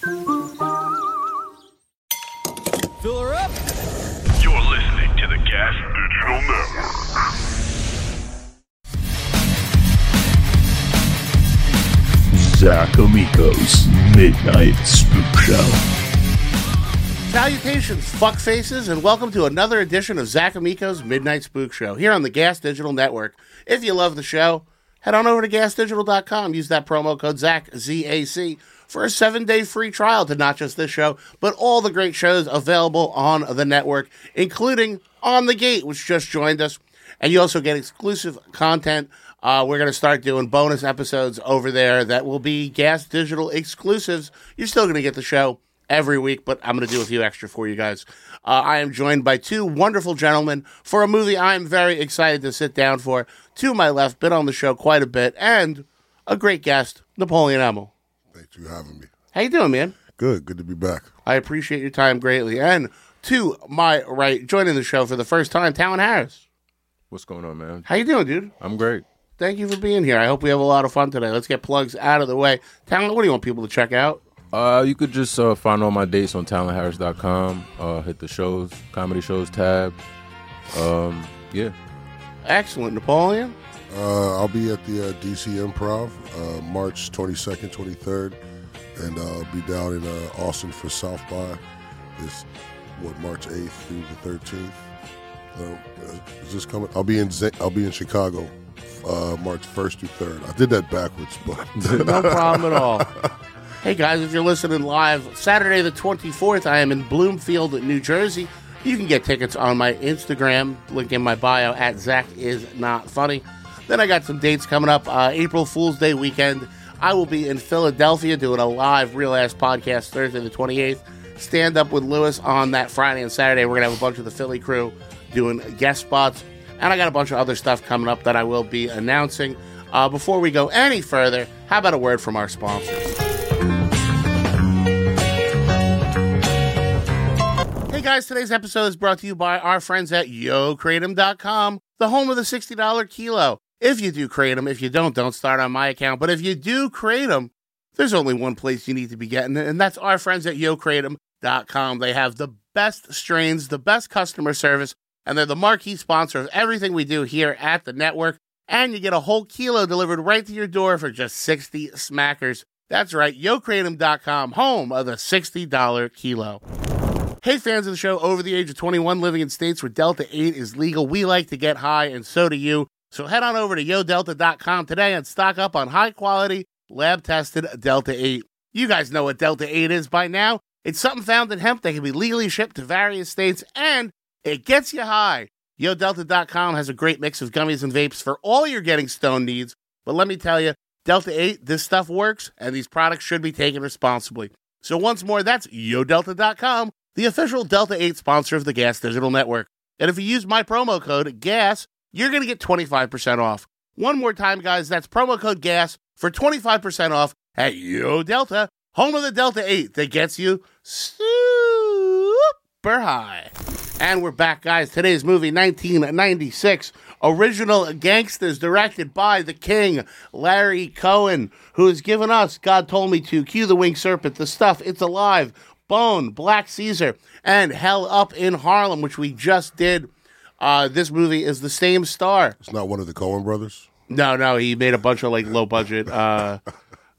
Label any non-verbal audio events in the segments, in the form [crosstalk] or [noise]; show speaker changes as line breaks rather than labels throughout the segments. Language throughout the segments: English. Fill her up.
You're listening to the Gas Digital Network.
Zach Amico's Midnight Spook Show.
Salutations, fuckfaces, and welcome to another edition of Zach Amico's Midnight Spook Show here on the Gas Digital Network. If you love the show, head on over to gasdigital.com. Use that promo code Zach, Z-A-C, for a seven-day free trial to not just this show, but all the great shows available on the network, including On the Gate, which just joined us. And you also get exclusive content. Uh, we're going to start doing bonus episodes over there that will be Gas Digital exclusives. You're still going to get the show every week, but I'm going to do a few extra for you guys. Uh, I am joined by two wonderful gentlemen for a movie I am very excited to sit down for. To my left, been on the show quite a bit, and a great guest, Napoleon Emil.
Thanks for having me.
How you doing, man?
Good, good to be back.
I appreciate your time greatly. And to my right, joining the show for the first time, Talon Harris.
What's going on, man?
How you doing, dude?
I'm great.
Thank you for being here. I hope we have a lot of fun today. Let's get plugs out of the way. Talon, what do you want people to check out?
Uh, you could just uh, find all my dates on talentharris.com. Uh, hit the shows, comedy shows tab. Um, yeah.
Excellent, Napoleon.
Uh, I'll be at the uh, DC Improv uh, March 22nd, 23rd, and uh, I'll be down in uh, Austin for South by this, what, March 8th through the 13th. Um, uh, is this coming? I'll be in Z- I'll be in Chicago, uh, March 1st through 3rd. I did that backwards, but [laughs]
No problem at all. Hey guys, if you're listening live, Saturday the 24th, I am in Bloomfield, New Jersey. You can get tickets on my Instagram, link in my bio at Zach is not funny. Then I got some dates coming up. Uh, April Fool's Day weekend, I will be in Philadelphia doing a live real ass podcast Thursday the 28th. Stand up with Lewis on that Friday and Saturday. We're gonna have a bunch of the Philly crew doing guest spots. And I got a bunch of other stuff coming up that I will be announcing. Uh, before we go any further, how about a word from our sponsors? Hey guys, today's episode is brought to you by our friends at YoKratom.com, the home of the $60 kilo. If you do Kratom, if you don't, don't start on my account. But if you do Kratom, there's only one place you need to be getting it, and that's our friends at YoKratom.com. They have the best strains, the best customer service, and they're the marquee sponsor of everything we do here at the network. And you get a whole kilo delivered right to your door for just 60 smackers. That's right, YoKratom.com, home of the $60 kilo. Hey, fans of the show over the age of 21 living in states where Delta 8 is legal, we like to get high, and so do you. So head on over to yodelta.com today and stock up on high quality, lab tested Delta 8. You guys know what Delta 8 is by now. It's something found in hemp that can be legally shipped to various states, and it gets you high. YoDelta.com has a great mix of gummies and vapes for all your getting stone needs. But let me tell you, Delta 8, this stuff works, and these products should be taken responsibly. So once more, that's YoDelta.com, the official Delta 8 sponsor of the Gas Digital Network. And if you use my promo code GAS, you're going to get 25% off. One more time, guys, that's promo code GAS for 25% off at YoDelta, home of the Delta 8 that gets you super high. And we're back, guys. Today's movie, 1996, original gangsters, directed by the king, Larry Cohen, who has given us God Told Me to, Cue the Winged Serpent, The Stuff, It's Alive, Bone, Black Caesar, and Hell Up in Harlem, which we just did. Uh, this movie is the same star.
it's not one of the Coen brothers.
No, no, he made a bunch of like low budget uh,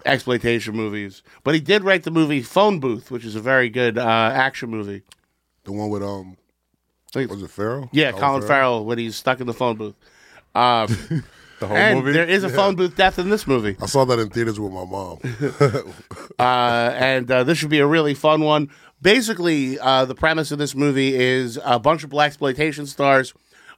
exploitation movies, but he did write the movie Phone Booth, which is a very good uh, action movie.
The one with um,
Like-
was it Farrell?
Yeah, Colin Farrell when he's stuck in the phone booth. Um,
[laughs] The whole
and
movie?
there is a phone booth death in this movie,
I saw that in theaters with my
[laughs]
mom.
uh, and uh, this should be a really fun one. Basically, uh, the premise of this movie is a bunch of black exploitation stars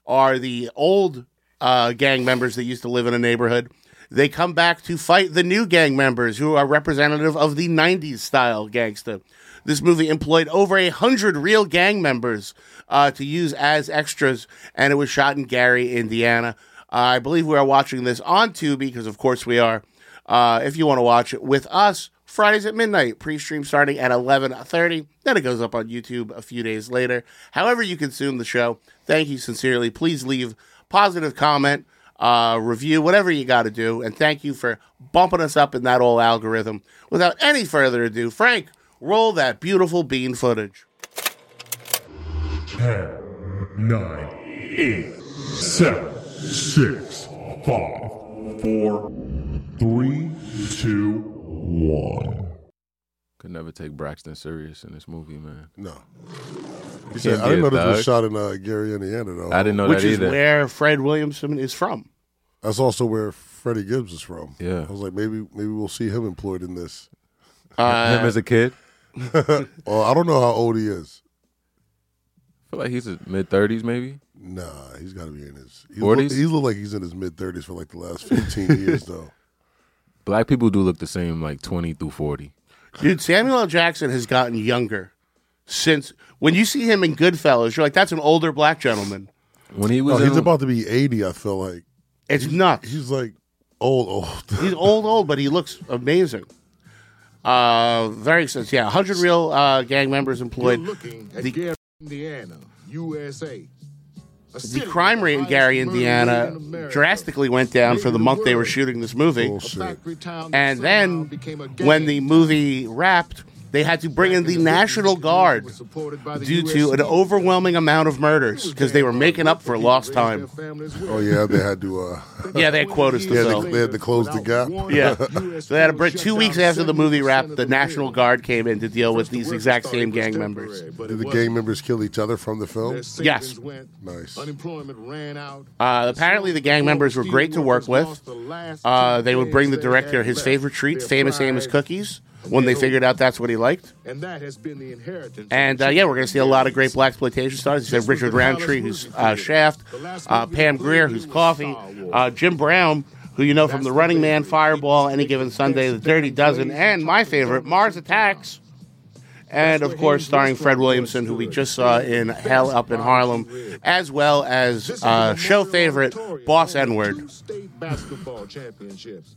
are the old uh, gang members that used to live in a neighborhood. They come back to fight the new gang members who are representative of the '90s style gangster. This movie employed over a hundred real gang members uh, to use as extras, and it was shot in Gary, Indiana. Uh, I believe we are watching this on Tubi because, of course, we are. Uh, if you want to watch it with us, Fridays at midnight, pre-stream starting at 11:30. Then it goes up on YouTube a few days later. However you consume the show, thank you sincerely. Please leave positive comment, uh, review, whatever you got to do, and thank you for bumping us up in that old algorithm. Without any further ado, Frank, roll that beautiful bean footage.
10, 9, 8, 7, 6, 5, 4, 3, 2, 1.
Could never take Braxton serious in this movie, man.
No. He
You
said,
can't
I didn't
be
know
a
this was
thug.
shot in uh, Gary, Indiana, though.
I didn't know
Which
that
is
either.
where Fred Williamson is from.
That's also where Freddie Gibbs is from.
Yeah.
I was like, maybe maybe we'll see him employed in this. [laughs]
Him as a kid, I
Well, I don't know how old he is.
feel like he's mid thirties, maybe.
Nah, he's got to be in his he's
40s?
Look, he's looked like he's in his mid thirties for like the
[laughs]
last fifteen years though.
Black people do look the same, like twenty through forty.
Dude, Samuel L. Jackson has gotten younger since when you see him in Goodfellas, you're like, that's an older black gentleman.
When he
No,
was in,
he's about to be eighty. I feel like
It's nuts.
he's like old, old. [laughs]
He's old, old, but he looks amazing. Uh, very extensive. Yeah, 100 real uh, gang members employed. The-
Indiana, USA.
The crime rate in Gary, Indiana drastically went down for the month they were shooting this movie.
Bullshit.
And then when the movie wrapped, they had to bring in the National Guard due to an overwhelming amount of murders because they were making up for lost time.
Oh yeah, they had to.
[laughs]
Uh,
Yeah, they had quotas to
Yeah,
fill.
they had to close the gap.
[laughs] Yeah. So they had a break. Two weeks after the movie wrapped, the National Guard came in to deal with these exact same gang members.
did the gang members kill each other from the film?
Yes.
Nice.
Unemployment ran out.
Uh, apparently, the gang members were great to work with. Uh, they would bring the director his favorite treat, famous Amos cookies, when they figured out that's what he liked.
And that has been the inheritance.
And uh, yeah, we're going to see a lot of great black exploitation stars. You said Richard Roundtree, who's uh, Shaft, uh, Pam Greer, who's Coffee, uh, Jim Brown, who you know from The Running Man, Fireball, Any Given Sunday, The Dirty Dozen, and my favorite, Mars Attacks. And of course, starring Fred Williamson, who we just saw in Hell Up in Harlem, as well as uh, show favorite Boss N Word.
State basketball championships.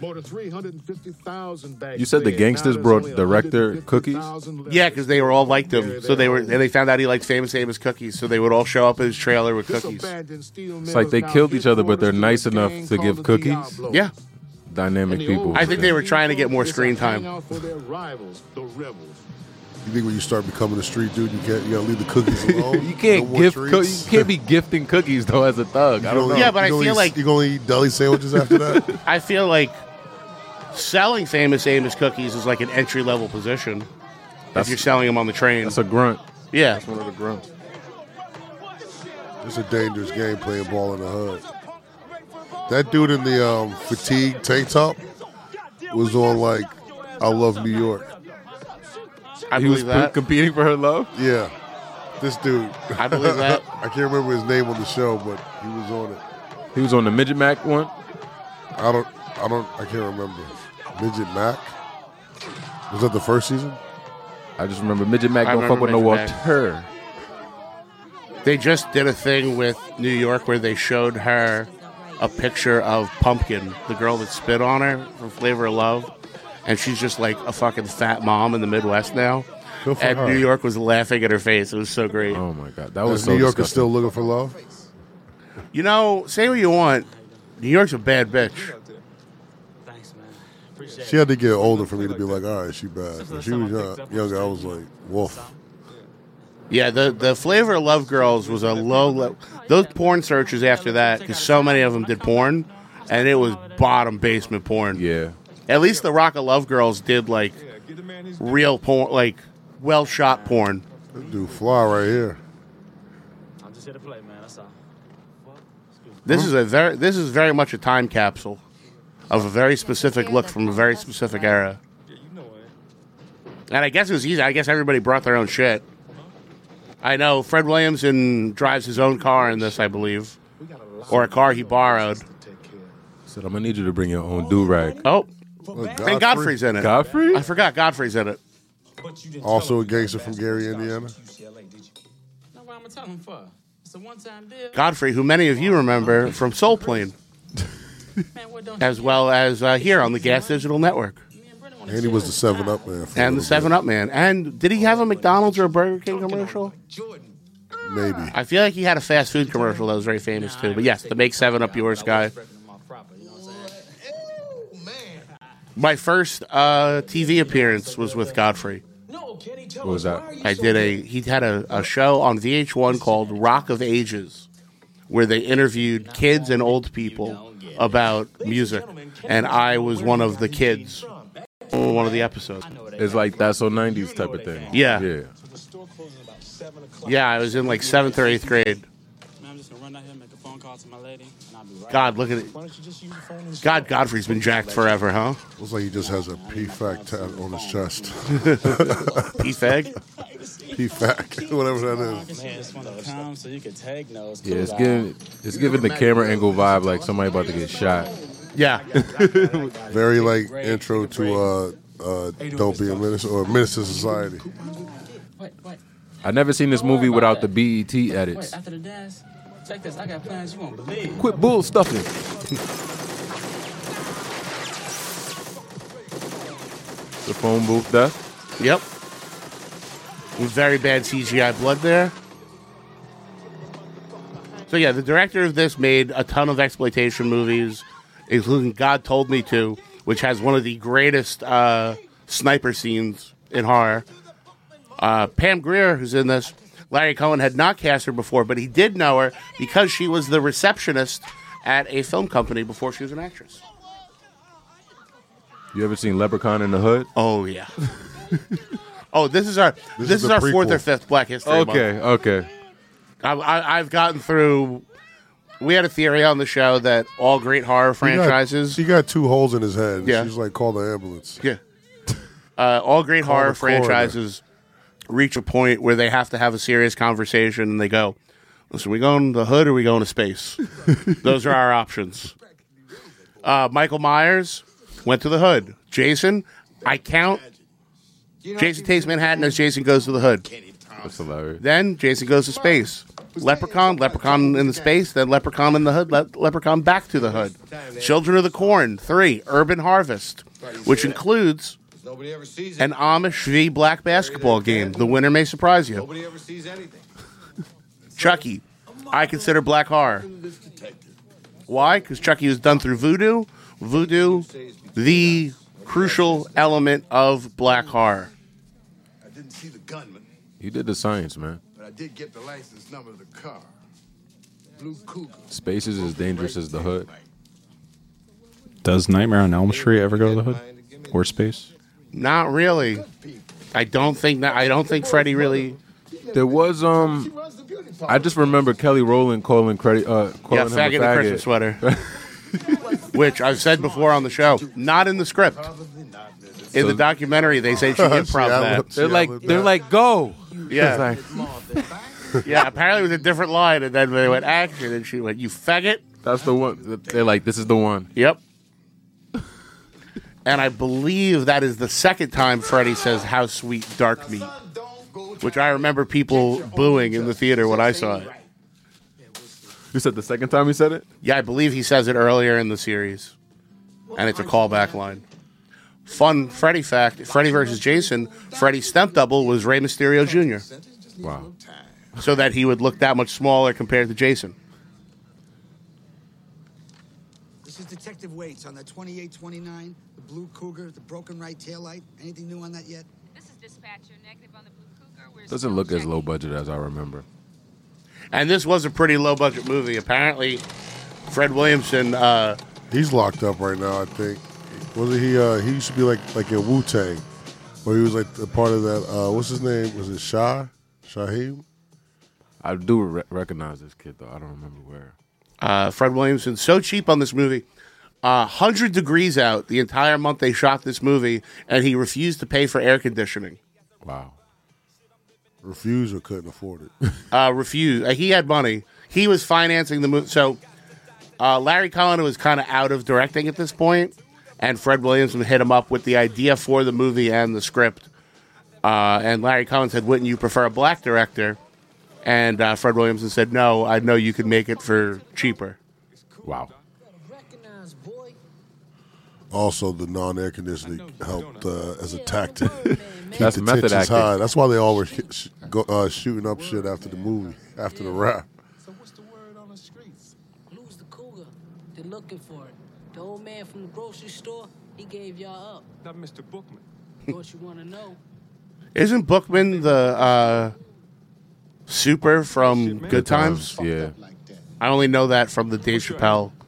More than 350,000 back
You said the
then.
gangsters
Now there's
brought
only
director
150,000 left.
Yeah, because they were all liked him, so they were. And they found out he liked famous Amos cookies, so they would all show up at his trailer with
This
cookies.
abandoned steel
It's like
mill
they
is now
killed each other, but they're nice
headquarters the
enough
gang
to give
called the
cookies?
Diablos.
Yeah,
Dynamic
The
people.
old
I think they were trying to get more
It's a
screen time.
hangout for their rivals, the rebels.
You think when you start becoming a street dude, you can't you gotta leave the cookies alone?
[laughs] You can't
No more
gift.
treats?
Coo- you can't be gifting cookies though as a thug. I
You
don't
gonna-
know.
Yeah, but I
you gonna
feel
eat-
like-
you gonna eat deli sandwiches
[laughs]
after that.
I feel like selling famous Amos cookies is like an entry level position. if
That's-
you're selling them on the train,
That's a grunt.
yeah.
That's one of the grunts.
it's a dangerous game playing ball in the hood. That dude in the um, fatigue tank top was on like I love New York.
I
He was
believe that.
competing for her love.
Yeah, this dude.
I believe that.
[laughs] I can't remember his name on the show, but he was on it.
He was on the midget mac one.
I don't. I don't. I can't remember. Midget Mac. Was that the first season?
I just remember midget mac
I
don't fuck with no
remember Midget
water.
Mac. They just did a thing with New York where they showed her a picture of Pumpkin, the girl that spit on her from Flavor of Love, and she's just like a fucking fat mom in the Midwest now.
Good for
and
her.
New York was laughing at her face. It was so great.
Oh my god, that
New
was so
York is
disgusting.
still looking for love.
You know, say what you want. New York's a bad bitch.
She had to get older for me to be like, all right, she bad. When she was young, younger, I was like, wolf.
Yeah, the the flavor of Love Girls was a low level. Those porn searches after that, because so many of them did porn, and it was bottom basement porn.
Yeah,
At least the Rock of Love Girls did like real porn, like well shot porn.
This dude fly right here.
I'm just here to play, man. That's all.
This is a very this is very much a time capsule of a very specific look from a very specific era. And I guess it was easy. I guess everybody brought their own shit. I know Fred Williamson drives his own car in this, I believe, or a car he borrowed.
said I'm gonna need you to bring your own do rag.
Oh,
Look,
and Godfrey's in it.
Godfrey,
I forgot Godfrey's in it.
But you didn't
Also
tell
a
him you
gangster
got
from
basketball
Gary,
stars
Indiana.
at UCLA, did you? Now why am I telling him for? It's a one-time deal.
Godfrey, who many of you remember from Soul Plane,
Man, what don't
as well as uh, here on the Gas Digital Network,
And he was the Seven Up man. For a
and
little
the Seven Up Man. And did he have a McDonald's or a Burger King commercial?
bit. Maybe.
I feel like he had a fast food commercial that was very famous too. But yes, the Make Seven Up Yours guy. My first uh, TV appearance was with Godfrey.
No, Kenny, tell
What was
us
that?
why are you
I
so
did a he had a, a show on VH1 called Rock of Ages where they interviewed kids and old people about music and I was one of the kids on one of the episodes.
It's like that's so '90s type of thing.
Yeah.
yeah.
Yeah, I was in like 7th or 8th grade.
Man, I'm just gonna run out here and make a phone call to my lady, and I'll be right.
God, look at it.
Why don't you just use the phone? and-
God, Godfrey's been jacked forever, huh?
Looks like he just has a P-Fac tat on his chest. [laughs]
P-Fag?
P-Fac, [laughs] whatever that is.
Man, just wanna come so you can take notes.
Yeah,
Cool
it's
guy.
giving it's giving the camera angle vibe like somebody about to get shot.
Yeah.
Very like intro to uh, uh, Don't Be a Menace or Menace to Society.
Wait, wait,
I never seen this movie without the BET
wait.
edits.
After the dance, check this. I got plans you won't believe.
Quit bull stuffing. [laughs] the phone booth there.
Yep. With very bad CGI blood there. So yeah, the director of this made a ton of exploitation movies, including God Told Me To, which has one of the greatest uh, sniper scenes in horror. Uh, Pam Grier, who's in this, Larry Cohen had not cast her before, but he did know her because she was the receptionist at a film company before she was an actress.
You ever seen Leprechaun in the Hood?
Oh yeah. [laughs] oh, this is our this,
is
is
the
our fourth
prequel.
or fifth Black History Month.
Okay, okay.
I, I, I've gotten through. We had a theory on the show that all great
He
horror
got-
franchises,
She got two holes in his head.
Yeah.
She's like, call the ambulance.
yeah, uh, all great horror
the coroner.
franchises reach a point where they have to have a serious conversation, and they go, "Listen, we going to the hood or we going
[laughs]
to space? Those are our options." Uh, Michael Myers went to the hood. Jason, I count. Jason takes Manhattan as Jason goes to the hood.
That's hilarious.
Then Jason goes to space. Leprechaun, Leprechaun in the space, then Leprechaun in the hood, le- Leprechaun back to the hood. Children of the Corn, three, Urban Harvest, which includes
Nobody ever sees
an Amish v black basketball game. The winner may surprise you.
Nobody ever sees anything.
Chucky, I consider black horror. Why? Because Chucky was done through voodoo. Voodoo, the crucial element of black horror.
I didn't see the gunman,
You did the science, man.
but I did get the license number of the car. Blue Cougar.
Space is as dangerous as the hood.
Does Nightmare on Elm Street ever go to the hood or space?
Not really. I don't think that. I don't think Freddy really.
There was um,
Runs the beauty parlor.
I just remember Kelly Rowland calling credit, uh,
Yeah,
calling
faggot
him
in
a
a
faggot.
Christmas sweater.
[laughs]
Which I've said before on the show, not in the script. In the documentary, they
[laughs]
say she
Oh,
improv that.
They're like, they're like, go. It's
Yeah,
like,
yeah. Apparently, it was a different line, and then they went action, and she went, "You faggot."
that's the one. They're like, this is the one.
Yep. And I believe that is the second time Freddie says, "How sweet dark meat," which I remember people booing in the theater when I saw it.
You said the second time you said it.
Yeah, I believe he says it earlier in the series. And it's a callback line. Fun Freddy fact Freddy versus Jason, Freddy's stunt double was Rey Mysterio Jr.,
Wow.
so that he would look that much smaller compared to Jason.
This is Detective Waits on that 2829, the Blue Cougar, the broken right taillight. Anything new on that yet?
This is dispatcher negative on the Blue Cougar. We're
Doesn't look as low budget as I remember.
And this was a pretty low budget movie. Apparently, Fred Williamson, uh,
He's locked up right now, I think. Wasn't he? Uh, he used to be like like in Wu Tang, where he was like a part of that. Uh, what's his name? Was it Shah? Shaheem?
I do re- recognize this kid though. I don't remember where.
uh, Fred Williamson, so cheap on this movie. Uh, 100 degrees out the entire month they shot this movie, and he refused to pay for air conditioning.
Wow.
Refused or couldn't afford it.
uh, refused. Uh, he had money. He was financing the movie. So uh, Larry Cohen was kind of out of directing at this point, and Fred Williamson hit him up with the idea for the movie and the script. Uh, and Larry Collins said, "Wouldn't you prefer a black director?" And uh, Fred Williamson said, "No, I know you could make it for cheaper."
Wow.
Also, the non-air conditioning helped uh, as a tactic. [laughs] Keep
That's
the
method
tensions
acting.
high. That's why they all were sh- sh- go, uh, shooting up shit after the movie, after the rap.
Lose the cougar. They're looking for it. The old man from the grocery store, he gave y'all up. Not Mr. Bookman. What you want to know?
Isn't Bookman the uh, super from Good Times?
Yeah.
I only know that from the Dave Chappelle.
[laughs]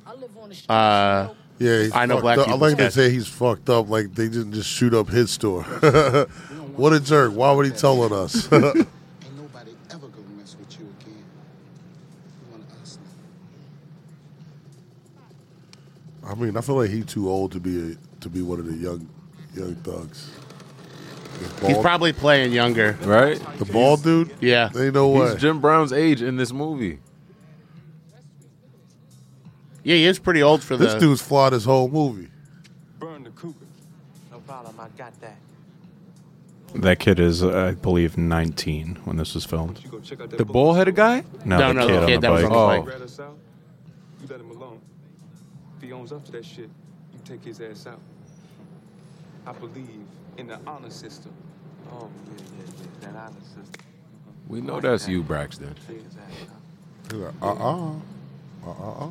Uh,
Yeah, he's
I know
fucked
black
up. I
people.
like they say he's fucked up. Like they didn't just shoot up his store. [laughs] what a jerk! Why would he telling us? [laughs] I mean, I feel like he's too old to be a, to be one of the young young thugs.
He's probably playing younger,
right?
The bald dude.
Yeah,
they know
He's
what.
Jim Brown's age in this movie.
Yeah, he is pretty old for
This
the-
dude's flawed his whole movie.
Burn the cougar. No problem, I got that.
That kid is, I believe, 19 when this was filmed.
The bald headed guy?
No, the kid on the bike.
Oh.
Rat us out, you let him alone. If he owns up to that shit, you take his ass out. I believe in the honor system. Oh, yeah, yeah, yeah, that honor system.
We know that's you, Braxton.
Take his ass out.
Uh uh. Uh uh.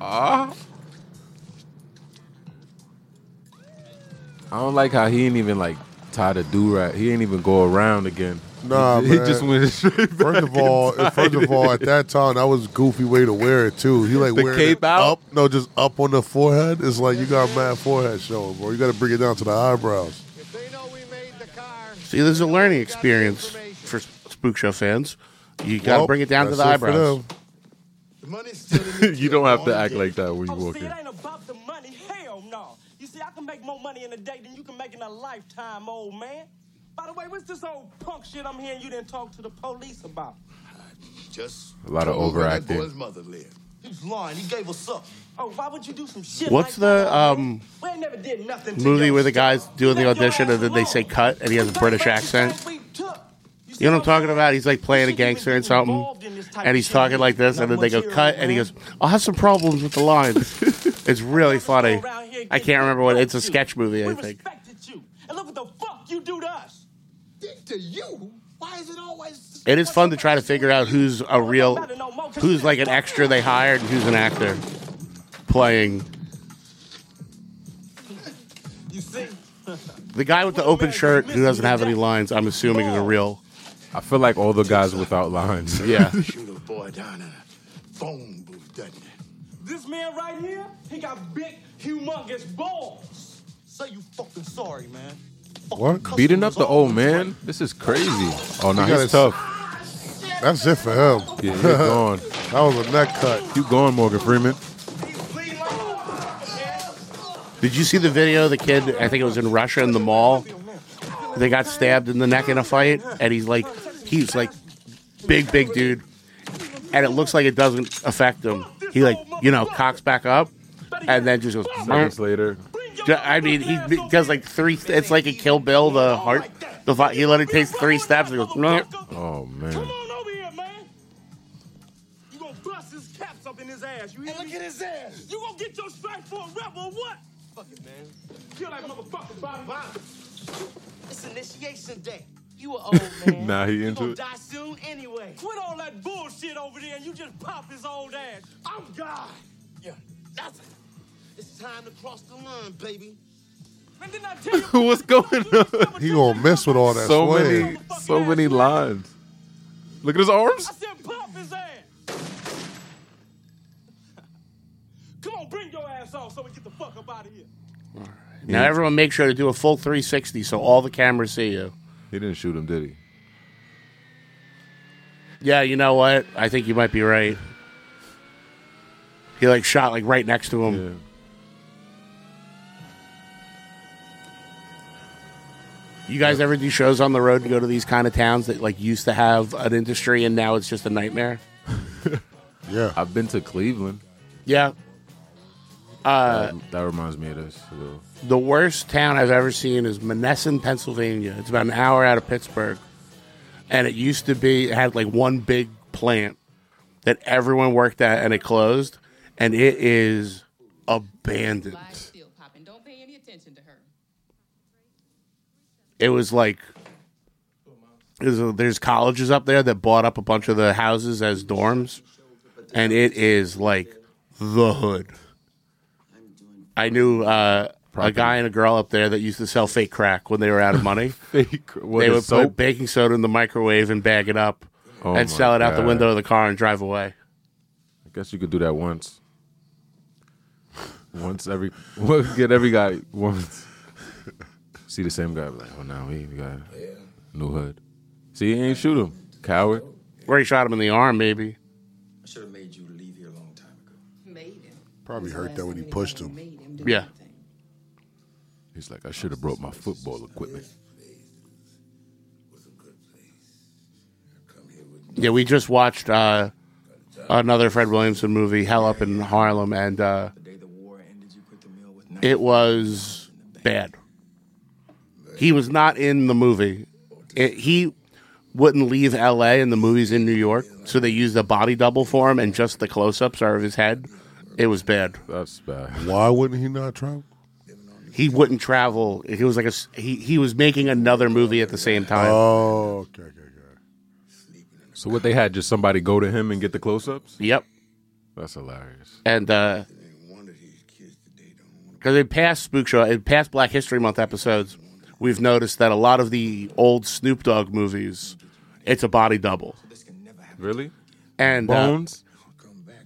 Ah. I don't like how he ain't even like tied a do right. He ain't even go around again.
Nah,
he, he
man.
just went straight.
First of
[laughs]
all, first of all, at that time, that was a goofy way to wear it too. He like
The
wearing
cape
it
out?
up, no, just up on the forehead. It's like you got mad forehead showing, bro. You got to bring it down to the eyebrows.
Oh.
See, this is a learning experience for Spook Show fans. You got to
Well,
bring it down to
that's
the
it for
eyebrows.
[laughs] you don't have to act like that
Oh,
when you walk in.
You see, I can make more money in a day than you can make in a lifetime, old man. By the way, what's this old punk shit I'm hearing you didn't talk to the police about?
Just
A lot of
trouble where that
overacting.
boy's mother lived.
He's lying. He gave us up. Oh, why would you do some shit
What's
like that?
the um,
We ain't never did nothing to
movie
you.
where the guy's doing the audition and then they say cut and he has a British accent? You know what I'm talking about? He's like playing a gangster and something, and he's talking like this, and then they go cut, and he goes, "I'll have some problems with the
[laughs]
lines." it's really funny. I can't remember what. It's a sketch movie, I think.
And look what the fuck you do to us. Did to you? Why is it always
It is fun to try to figure out who's a real, who's like an extra they hired, and who's an actor playing.
you see?
The guy with the open shirt who doesn't have any lines, I'm assuming, is a real.
I feel like all the guys without [laughs] lines.
Yeah.
Shoot a boy down in a phone booth, doesn't it?
This man right here, he got big, humongous balls. Say you fucking sorry, man.
What? Beating up the old man? This is crazy. Oh no,
You gotta
he's tough.
That's it for him.
Yeah, he's [laughs] gone.
that was a neck cut.
You gone, Morgan Freeman?
Did you see the video of the kid? I think it was in Russia in the mall. They got stabbed in the neck in a fight, and he's like, he's like, big, big dude, and it looks like it doesn't affect him. He like, you know, cocks back up, and then just goes.
Seconds later.
I mean, he d- does like three. It's like a Kill Bill, the heart. The fi- he let it take three steps. And goes, "Nah."
Oh man.
You gonna bust his caps up in his ass. You hear look at his ass. You gonna get your strike for a rebel or what? Fuck it, man. Kill that motherfucker, Bobby. It's initiation day.
[laughs]
You a old man.
Nah, he
You
into
gonna
it.
die soon anyway. Quit all that bullshit over there and you just pop his old ass. I'm God. Yeah, nothing. It's time to cross the line, baby. Man, didn't I tell
[laughs]
you?
What's going on?
He gonna mess with all that
So
sway.
many, so many lines. Look at his arms.
[laughs] Come on, bring your ass off so we get the fuck up out of here.
Now everyone, make sure to do a full 360 so all the cameras see you.
He didn't shoot him, did he?
Yeah, you know what? I think you might be right. He like shot like right next to him. You guys ever do shows on the road and go to these kind of towns that like used to have an industry and now it's just a nightmare?
Yeah.
I've been to Cleveland.
Yeah. Uh,
that, that reminds me of this. A little.
The worst town I've ever seen is Monessen, Pennsylvania. It's about an hour out of Pittsburgh. And it used to be, it had like one big plant that everyone worked at and it closed. And it is abandoned. It was like, it was a- there's colleges up there that bought up a bunch of the houses as dorms. And it is like the hood. I knew uh, a guy and a girl up there that used to sell fake crack when they were out of money.
Fake- [laughs] what
they
is
would put
soap?
baking soda in the microwave and bag it up
Oh
and
my
sell it out the
God.
window of the car and drive away.
I guess you could do that once. Once every, [laughs] well, get every guy once. See the same guy, be like, oh, now we, we got a new hood. See, he ain't shoot him, coward.
Where he shot him in the arm, maybe.
I should have made you leave here a long time ago. Made him.
Probably hurt that when he pushed him.
Yeah.
He's like, I should have brought my football equipment.
Yeah, we just watched uh, another Fred Williamson movie, Hell Up in Harlem, and uh, it was bad. He was not in the movie. It, he wouldn't leave L.A. and the movie's in New York, so they used a body double for him, and just the close-ups are of his head. It was bad.
That's bad.
Why wouldn't he not travel?
He wouldn't travel. He was like a s- he. He was making another movie at the same time.
Oh, okay.
So what they had, just somebody go to him and get the close-ups?
Yep.
That's hilarious.
and uh because in past spook show in past black history month episodes we've noticed that a lot of the old snoop dogg movies it's a body double
Really?
and uh,
Bones?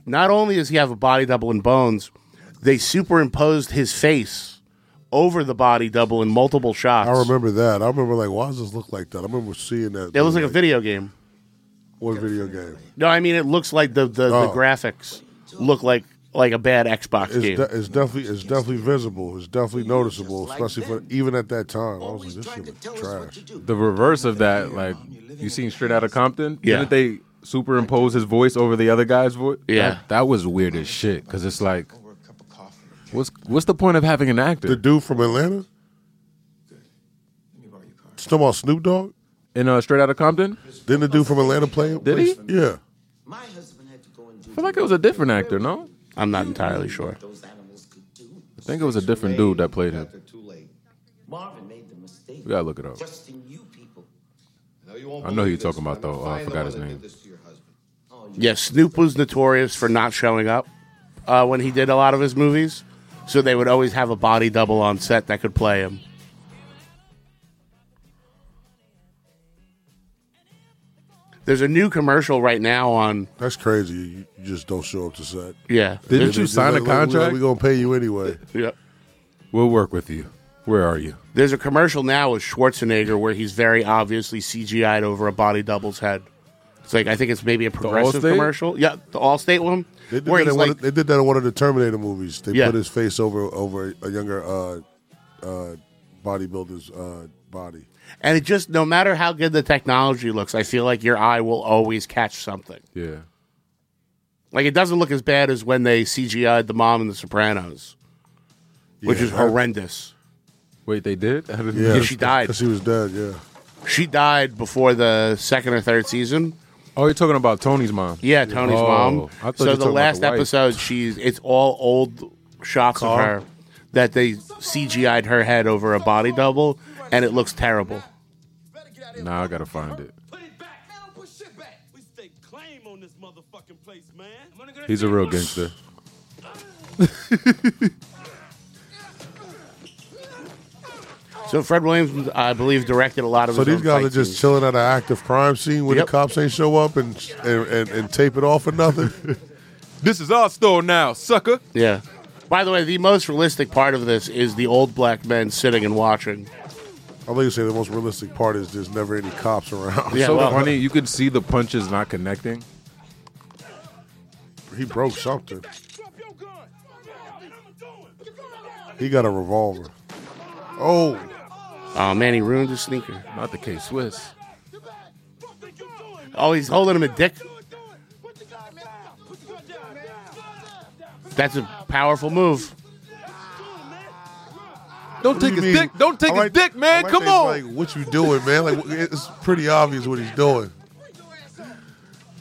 not only does he have a body double in bones they superimposed his face over the body double in multiple shots
I remember that. I remember like, why does this look like that? I remember seeing that.
it looks like a video game
What video game?
no i mean it looks like the the, the
Oh.
graphics look like like a bad xbox
It's,
game
de- it's definitely it's definitely visible. It's definitely noticeable, especially for even at that time. I was like, this shit was trash.
The reverse of that, like, you seen straight out of Compton?
Yeah.
Didn't they superimpose his voice over the other guy's voice?
Yeah.
That, that was weird as shit, because it's like, what's what's the point of having an actor?
The dude from Atlanta. Still about Snoop Dogg.
In uh, Straight Outta Compton.
Didn't the dude from Atlanta play him?
Did he?
Yeah.
I feel like it was a different actor, no?
I'm not entirely sure.
I think it was a different dude that played him.
Marvin made the mistake.
We gotta look it up.
Trusting you people. No, you
I know who you're talking about, though. Uh, I forgot his name.
Yeah, Snoop was notorious for not showing up uh, when he did a lot of his movies. So they would always have a body double on set that could play him. There's a new commercial right now on.
That's crazy. You, you just don't show up to set.
Yeah.
Didn't
They- they
you
just
sign a
like, look, look,
contract?
We gonna pay you anyway.
Yeah.
We'll work with you. Where are you?
There's a commercial now with Schwarzenegger where he's very obviously CGI'd over a body double's head. It's like I think it's maybe a progressive
Allstate?
commercial. Yeah, the Allstate one.
They did, that
where he's
in one
like,
of, they did that in one of the Terminator movies. They
Yeah.
put his face over over a younger uh, uh, bodybuilder's uh, body.
and it just no matter how good the technology looks, I feel like your eye will always catch something.
Yeah.
Like it doesn't look as bad as when they CGI'd the mom in The Sopranos, which
Yeah,
is
that-
horrendous.
Wait, they did? [laughs] I didn't
Yeah,
know.
she died.
She was dead. Yeah.
She died before the second or third season.
Oh, you're talking about Tony's mom.
Yeah, Tony's
Oh,
mom.
I thought you
So
were
the
talking about
last
wife.
episode, she's it's all old shots
Car?
of her that they CGI'd her head over a body double, and it looks terrible.
Now I gotta find it. He's a real gangster.
So Fred Williams, I believe, directed a lot of.
So
his
these
own
guys are
fight
just chilling at an active crime scene when
Yep.
the cops ain't show up and and, and, and tape it off for nothing.
This is our store now, sucker.
Yeah. By the way, the most realistic part of this is the old black men sitting and watching.
I like to say the most realistic part is there's never any cops around.
so funny. You could see the punches not connecting.
[laughs] He broke something. He got a revolver. Oh.
Oh man, he ruined his sneaker.
Not the K Swiss.
Oh, he's holding him a dick. That's a powerful move.
Don't take
you
his
mean?
dick. Don't take
I
his
like-
dick, man.
I like
Come
that,
on.
Like, what you doing, man? Like, it's pretty obvious what he's doing.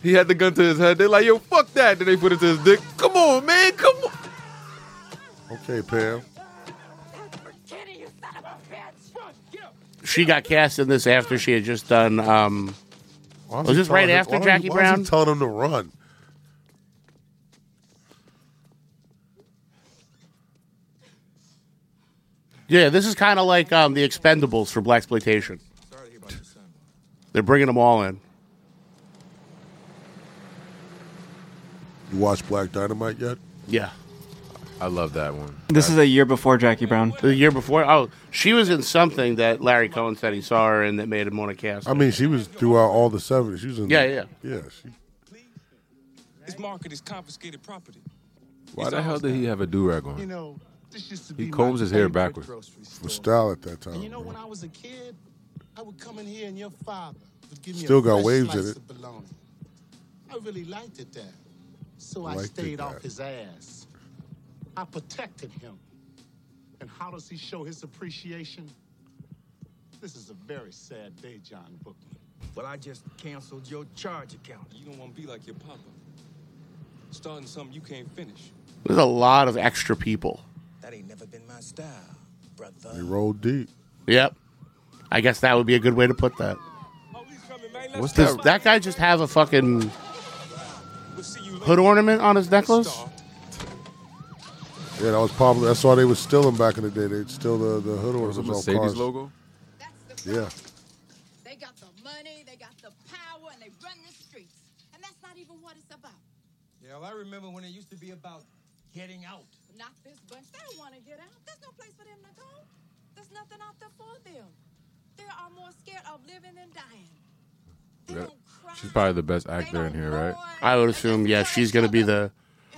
He had the gun to his head. They like, yo, fuck that. Then they put it to his dick. Come on, man. Come on.
Okay, Pam.
She got cast in this after she had just done. Um,
Oh,
Why
was
he
this right
telling him-
after
why was he-
Jackie
why
Brown?
Was he telling him to run.
Yeah, this is kind of like um, the Expendables for black exploitation. They're bringing them all in.
You watch Black Dynamite yet?
Yeah.
I love that one.
This is a year before Jackie Brown.
The year before, oh, she was in something that Larry Cohen said he saw her in that made him want to cast.
I mean, she was throughout all the seventies. She was in.
Yeah, yeah,
yeah. She,
This market is confiscated property.
Why the hell did he have a do rag on?
know, this used to
He combs his hair backwards.
For style at that time.
You know, when I was a kid, I would come in here and your father would give me
Still
a
got
fresh
waves
slice
in it.
of bologna. I really liked it there, so I
Liked it
stayed off
there.
his ass. I protected him. And how does he show his appreciation? This is a very sad day, John Bookman.
Well, I just canceled your charge account. You don't want to be like your papa.
Starting something you can't finish.
There's a lot of extra people.
That ain't never been my style, brother.
They rolled deep.
Yep. I guess that would be a good way to put that.
What's
Does that guy just have a fucking hood ornament on his necklace?
Yeah, that was popular. That's why they was stealing back in the day. They'd steal the, the hood
Was
ornaments
a
off
Mercedes
cars.
logo?
Yeah.
They got the money, they got the power, and they run the streets. And that's not even what it's about.
Yeah, well, I remember when it used to be about getting out.
Not this bunch. They don't want to get out. There's no place for them to go. There's nothing out there for them. They are more scared of living than dying.
She's probably the best actor in here, right?
I would assume, yeah, she's going to be the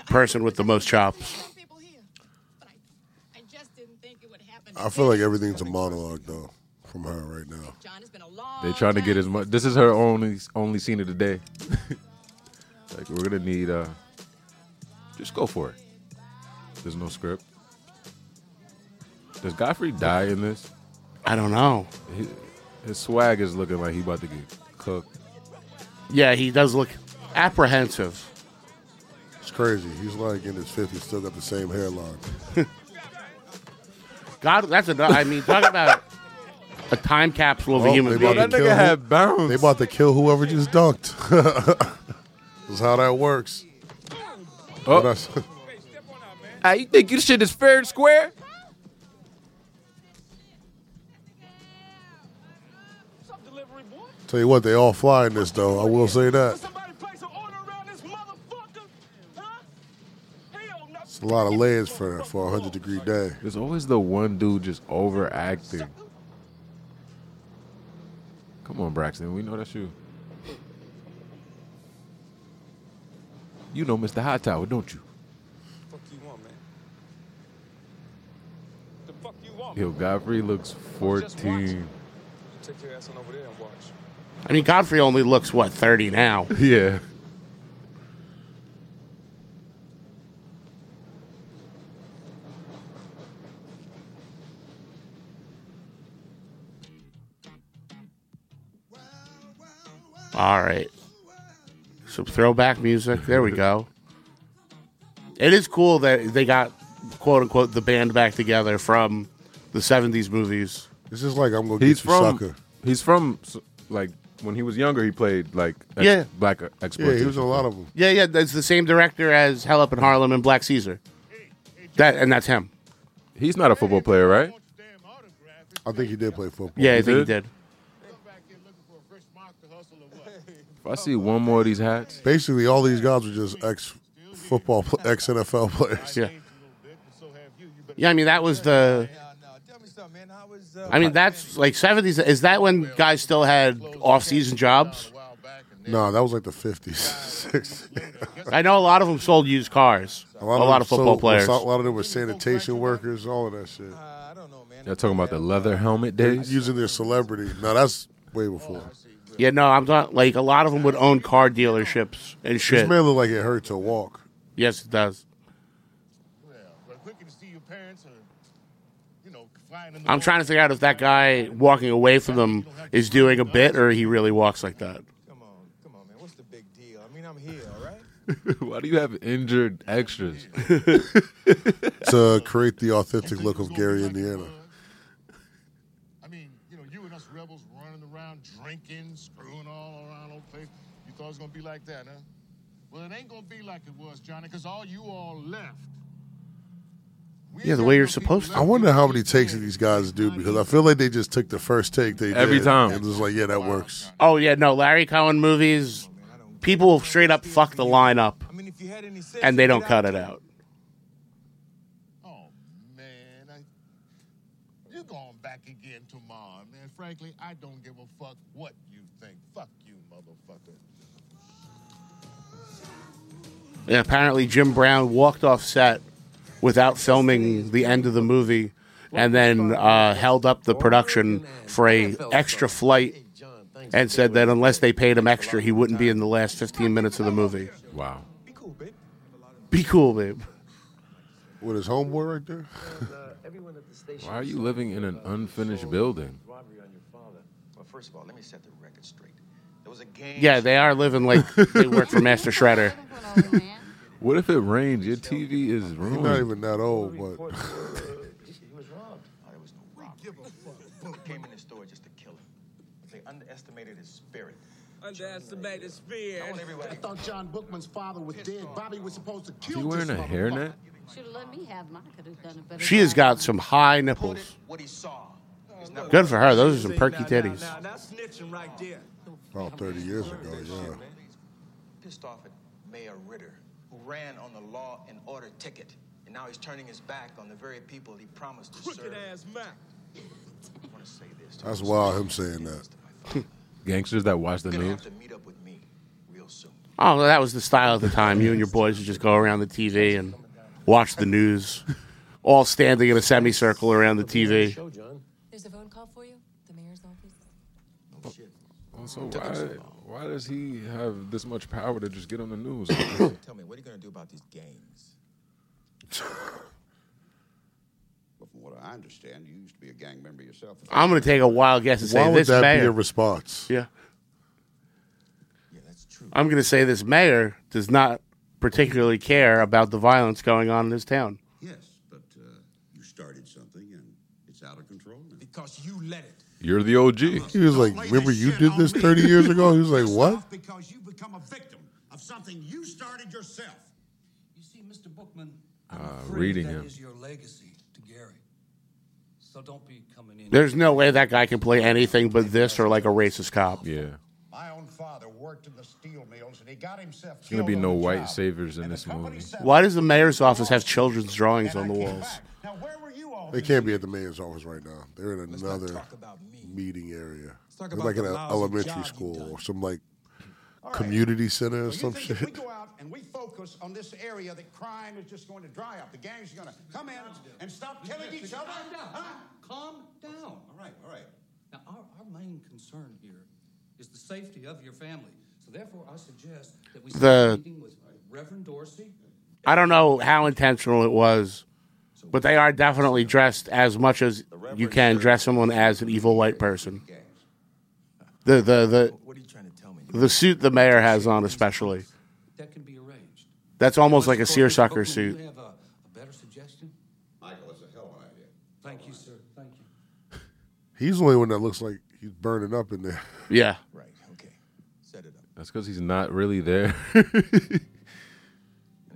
person with the most chops.
I feel like everything's a monologue though from her right now.
Oh,
They trying to get as much. This is her only only scene of the day. [laughs] like we're gonna need. uh Just go for it. There's no script. Does Godfrey die in this?
I don't know.
His, his swag is looking like he about to get cooked.
Yeah, he does look apprehensive.
It's crazy. He's like in his fifties, still got the same hairline.
God, that's a. I mean, talk about a time capsule of a
Oh,
human
they
being.
about to kill who- They about to kill whoever just dunked. [laughs] That's how that works.
Oh.
But that's-
Ah, you think your shit is fair and square?
[laughs] Tell you what, they all fly in this though. I will say that. It's a lot of layers for for a hundred degree day.
There's always the one dude just overacting. Come on, Braxton. We know that's you. You know Mr. High Tower, don't you?
Fuck you want, man. The fuck you want?
Yo, Godfrey looks 14.
Take your ass on over there and watch.
I mean, Godfrey only looks what thirty now.
[laughs] Yeah.
All right. Some throwback music. There we go. It is cool that they got quote unquote the band back together from the '70s movies.
It's just like I'm gonna
He's
get you,
from.
sucker.
He's from s- like when he was younger. He played like ex-
Yeah.
black uh, exploitation.
Yeah, he was in a lot of them.
Yeah, yeah. That's the same director as Hell Up in Harlem and Black Caesar. That and that's him.
He's not a football player, right?
I think he did play football.
Yeah, I think he did.
If I see one more of these hats,
Basically, all these guys were just ex football, ex NFL players.
Yeah. Yeah, I mean that was the. I mean that's like '70s. Is that when guys still had off-season jobs?
No, that was like the [laughs] fifties.
I know a lot of them sold used cars. A lot, of football players.
A lot of them were sanitation workers, all of that shit.
Y'all talking about the leather helmet days?
Using their celebrity. No, that's way before.
Yeah, no, I'm not like a lot of them would own car dealerships and
This
shit.
man looked like it hurt to walk.
Yes, it does.
Well, quicker to see your parents or, you know,
I'm trying to figure out if that guy walking away from them is doing a bit or he really walks like that.
[laughs] Why do you have injured extras?
to create the authentic look of Gary, Indiana.
drinking, screwing all around the place. You thought it was gonna be like that, huh? Well, it ain't gonna be like it was, Johnny, because all you all left.
Yeah, the way you're supposed
I wonder how many takes these guys do because I feel like they just took the first take they
Every
did,
time.
and was like, yeah, that works.
Oh yeah, no, Larry Cohen movies, people straight up fuck the line up, and they don't cut it out.
Oh, You going back again tomorrow, man. Frankly, I don't give a fuck what you think. Fuck you, motherfucker.
And apparently, Jim Brown walked off set without filming the end of the movie, and then uh, held up the production for a extra flight, and said that unless they paid him extra, he wouldn't be in the last 15 minutes of the movie.
Wow.
Be cool, babe.
With his homeboy right there.
Why are you living in an unfinished building?
Robbery on your father. Well, first of all, let me set the record straight. There was a game.
Yeah, they are living like they work for Master [laughs] Shredder.
What if it rains? Your TV is ruined.
He's not even that old, but
He was robbed. Oh, there was no robbery. Give a fuck. came in the store just to kill him. They underestimated his spirit.
Underestimated spear.
everybody.
I thought John Bookman's father was dead. Bobby was supposed to
Is
kill
he wearing a
this
hairnet?
Should've let me have mine. Could've done a better
She has
job.
got some high nipples.
Oh,
Good for her. Those are some perky titties.
about 30 years ago, yeah.
Pissed off at Mayor Ritter, who ran on the law and order ticket. And now he's turning his back on the very people he promised to serve. ass Mac. I want to say this. to
That's
him.
wild him saying that.
Gangsters that watch the
You're gonna
news.
have to meet up with me real soon.
Oh, well, that was the style at the time. You and your boys would just go around the TV and watch the news, all standing in a semicircle around the TV.
There's a phone call for you. The mayor's office.
Also, why, why does he have this much power to just get on the news?
Tell me, what are you gonna do about these gangs?
But from what I understand, you used to be a gang member yourself.
I'm going to take a wild guess and say
Why would
this
that
mayor.
be a response?
Yeah. I'm going to say this mayor does not particularly care about the violence going on in his town.
Yes, but uh, you started something and it's out of control now.
Because you let it.
You're the OG.
He was like, remember you did this 30 years ago? He was like, what?
Because you become a victim of something you started yourself.
You see, Mr. Bookman, I'm
Uh,
afraid
reading
that
him.
is your legacy to Gary. So don't be coming in.
There's no way that guy can play anything but this or like a racist cop.
Yeah.
My own father worked in the steel mills and he got himself
There's gonna
killed
be
on
no
the
white
job.
saviors in this movie.
Why does the mayor's office have children's drawings on the walls?
They can't be at the mayor's office right now. They're in another meeting area.
talk
They're
about
like in
the
an
lousy job
elementary
you've
school or some like community center or some shit.
We go out and we focus on this area that crime is just going to dry up. The gangs are going to come in and stop killing each other.
Calm down.
Huh?
Calm down. All right, all right. Now, our, our main concern here is the safety of your family. So therefore, I suggest that we set
The-
a meeting with Reverend Dorsey.
I don't know how intentional it was, but they are definitely dressed as much as you can dress someone as an evil white person. The the the the suit the mayor has on, especially,
That can be arranged.
that's almost like a
Mr. Bookman,
seersucker
do
suit.
You have a, a better suggestion? Michael, it's a hell of an idea. Thank you, sir. Thank you.
He's the only one that looks like he's burning up in there.
Yeah.
That's because he's not really there. [laughs]
And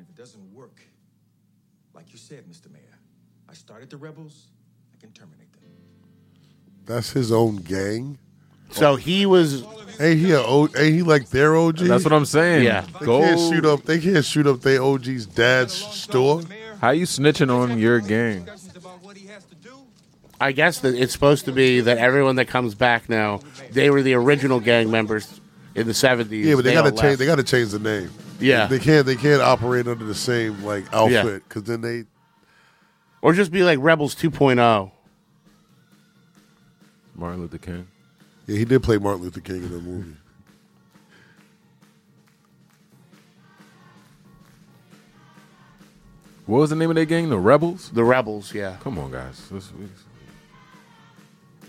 if it doesn't work, like you said, Mr. Mayor, I started the rebels, I can terminate them.
That's his own gang.
So he was.
Ain't he a o- Ain't he like their OG?
That's what I'm saying. Yeah.
They
Go-
can't shoot up. They can't shoot up their OG's dad's store.
How you snitching on your gang?
I guess that it's supposed to be that everyone that comes back now, they were the original gang members in the seventies.
Yeah, but they, gotta change. They gotta change the name.
Yeah.
they can't. They can't operate under the same like outfit because then they
or just be like Rebels oh. 2.0.
Martin Luther King.
Yeah, he did play Martin Luther King in the movie.
What was the name of that gang? The Rebels.
The Rebels. Yeah.
Come on, guys. Let's- we-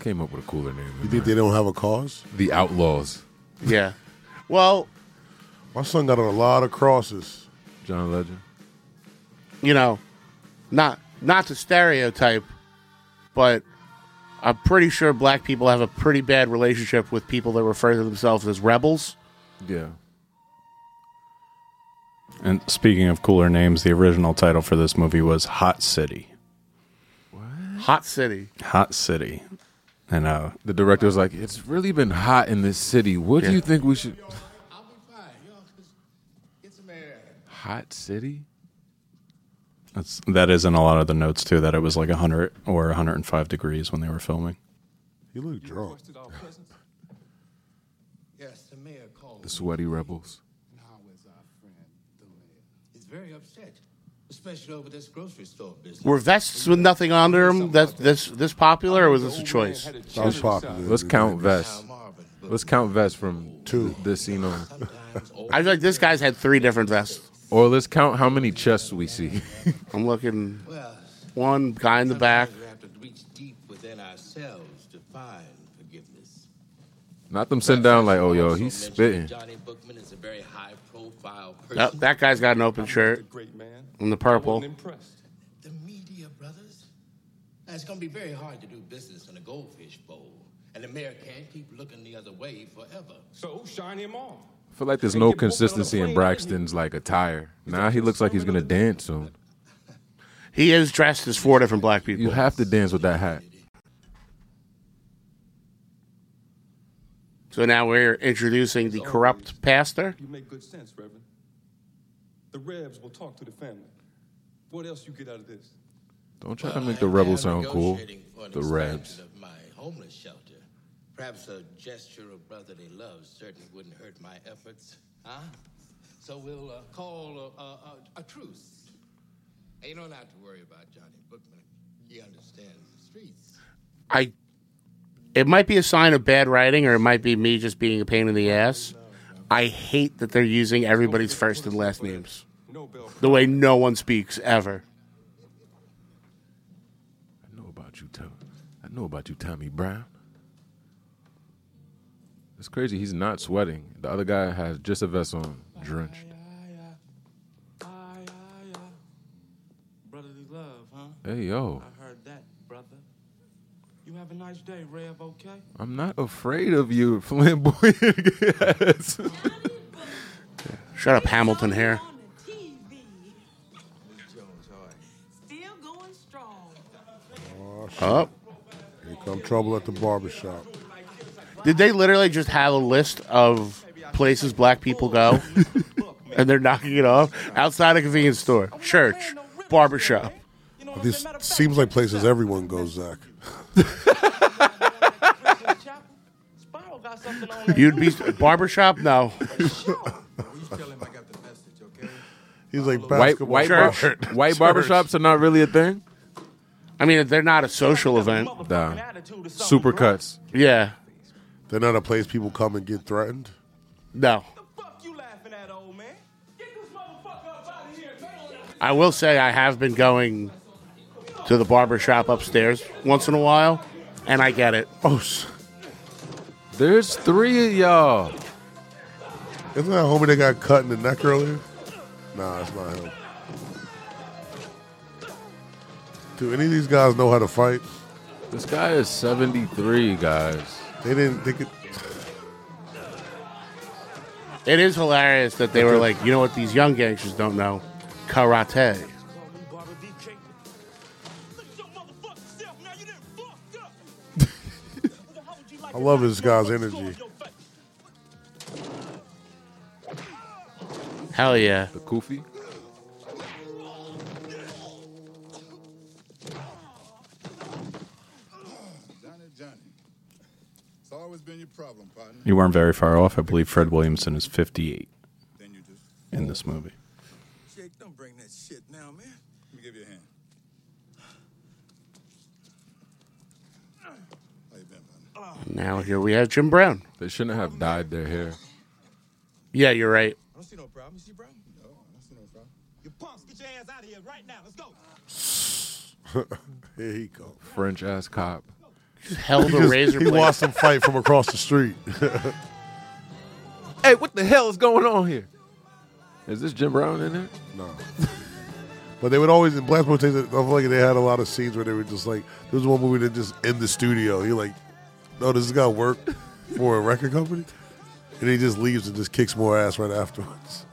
Came up with a cooler name.
You think they don't have a cause?
The Outlaws.
Yeah. Well,
my son got on a lot of crosses.
John Legend.
you know, not not to stereotype, but I'm pretty sure black people have a pretty bad relationship with people that refer to themselves as rebels.
Yeah.
And speaking of cooler names, the original title for this movie was Hot City.
Hot city.
Hot City. And uh,
The director was like, "It's really been hot in this city. What do you think we should?" Hot city.
that's that is in a lot of the notes too that it was like 100 or 105 degrees when they were filming.
He looked drunk.
The sweaty rebels.
He's very upset, especially over this grocery store business.
Were vests with nothing under them that this this popular, or was this a choice?
That was popular.
Let's count vests. Let's count vests from two. This scene on.
I feel like this guy's had three different vests.
Or let's count how many chests we see. [laughs]
I'm looking. One guy in the back.
We have to reach deep within ourselves to find forgiveness.
Not them sitting down like, oh yo, he's spitting.
Johnny Bookman is a very high-profile person.
Yep, that guy's got an open shirt. In the purple.
The media, brothers. Now, it's going to be very hard to do business in a goldfish bowl. And the mayor can't keep looking the other way forever. So shine him off.
I feel like there's no consistency in Braxton's like attire. Nah, he looks like he's gonna dance soon.
He is dressed as four different black people.
You have to dance with that hat.
So now we're introducing the corrupt pastor.
You make good sense, Reverend. The Rebs will talk to the family. What else you get out of this?
Don't try to make the rebels sound cool.
for an
The
expansion
Rebs.
Of my homeless shelter. Perhaps a gesture of brotherly love certainly wouldn't hurt my efforts, huh? So we'll uh, call a, a, a, a truce. And you don't have to worry about Johnny Bookman. He understands the streets.
I. It might be a sign of bad writing, or it might be me just being a pain in the ass. I hate that they're using everybody's first and last names. The way no one speaks ever.
I know about you, Tom. I know about you, Tommy Brown. It's crazy. He's not sweating. The other guy has just a vest on, drenched.
Brotherly love, huh?
Hey, yo.
I heard that, brother. You have a nice day, Rev, okay?
I'm not afraid of you, [laughs] flamboyant. ass.
Shut up, Hamilton here.
Still going strong.
Oh, shit.
Up.
Here come trouble at the barbershop.
Did they literally just have a list of places black
[laughs]
people go? and they're knocking it off outside a convenience store, church, barbershop.
This seems like places everyone goes, Zach.
[laughs] You'd be barbershop? No.
He's like
white
basketball.
white, bar- white barbershops are not really a thing.
I mean, they're not a social event.
Nah. Supercuts.
Yeah.
They're not a place people come and get threatened.
No. I will say I have been going to the barber shop upstairs once in a while, and I get it.
Oh, s-
There's three of y'all.
isn't that homie that got cut in the neck earlier? Nah, it's not him. Do any of these guys know how to fight?
This guy is 73, guys.
They didn't. They could.
It is hilarious that they were like, you know what these young gangsters don't know? Karate.
I love this guy's energy.
Hell yeah.
The Kofi.
Johnny, Johnny. It's always been your problem, partner.
You weren't very far off. I believe Fred Williamson is 58 in this movie.
Jake, don't bring that shit now, man. Let me give you a hand. How you been, partner?
Now here we have Jim Brown.
They shouldn't have dyed their hair.
Yeah, you're right.
I don't see no problem. You see problem? No, I don't see no problem.
You punks, get your ass out of here right now. Let's go.
Here he go.
French ass cop.
held
He
a
just-
razor
He
blade.
watched them fight from across the street.
Hey, what the hell is going on here? Is this Jim Brown in there?
No. But they would always in Black Book Tapes. I feel like they had a lot of scenes where they were just like, there was one movie that just in the studio. You're like, no, this guy worked for a record company, and he just leaves and just kicks more ass right afterwards.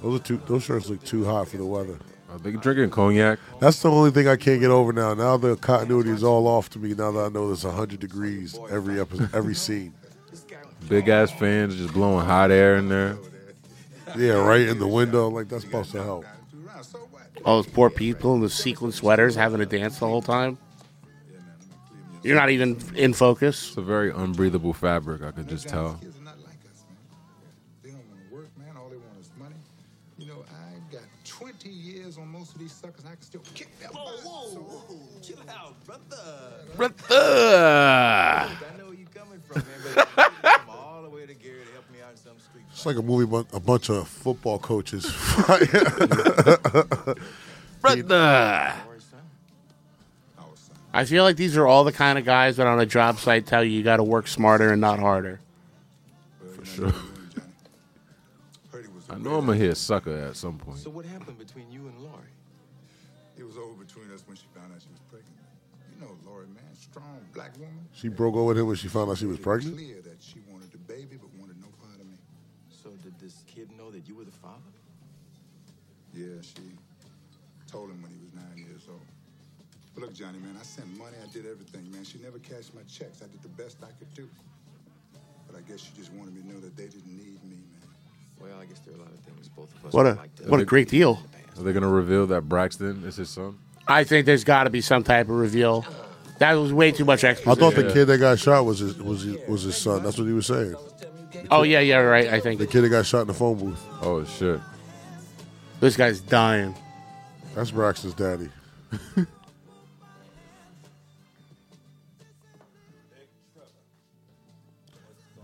Those are too. Those shirts look too hot for the weather.
Are they drinking cognac?
That's the only thing I can't get over now. Now the continuity is all off to me. Now that I know there's hundred degrees every episode, every scene.
Big ass fans just blowing hot air in there.
Yeah, right in the window. Like that's supposed to help.
All those poor people in the sequin sweaters having a dance the whole time. You're not even in focus. It's
a very unbreathable fabric. I could just tell.
They don't want to work, man. All they want is money. You know, I got 20 years on most of these suckers. I can still kick that. Whoa, whoa, whoa. Chill out, brother.
Brother.
[laughs]
It's like a movie, bu- a bunch of football coaches. [laughs]
Brother. I feel like these are all the kind of guys that on a job site tell you you got to work smarter and not harder.
For sure. I know I'm gonna hear sucker at some point.
what happened between you and Lori? It was over between us when she found out she was pregnant. You know Lori, man, strong black woman.
she broke over with him when she found out she was pregnant.
Clear that she wanted the baby but wanted no part of me. So did this kid know that you were the father? Yeah, she told him when he was nine years old. But look, Johnny, man, I sent money. I did everything, man. She never cashed my checks. I did the best I could do. But I guess she just wanted me to know that they didn't need me, man. Well, I guess there are a lot of things both of
What a what a great deal.
Are they gonna reveal that Braxton is his son?
I think there's got to be some type of reveal. That was way too much
I
exposition.
thought the kid that got shot was his, was his, was his son. That's what he was saying.
Oh yeah, yeah, right. I think
The kid that got shot in the phone booth.
Oh shit!
This guy's dying.
That's Braxton's daddy.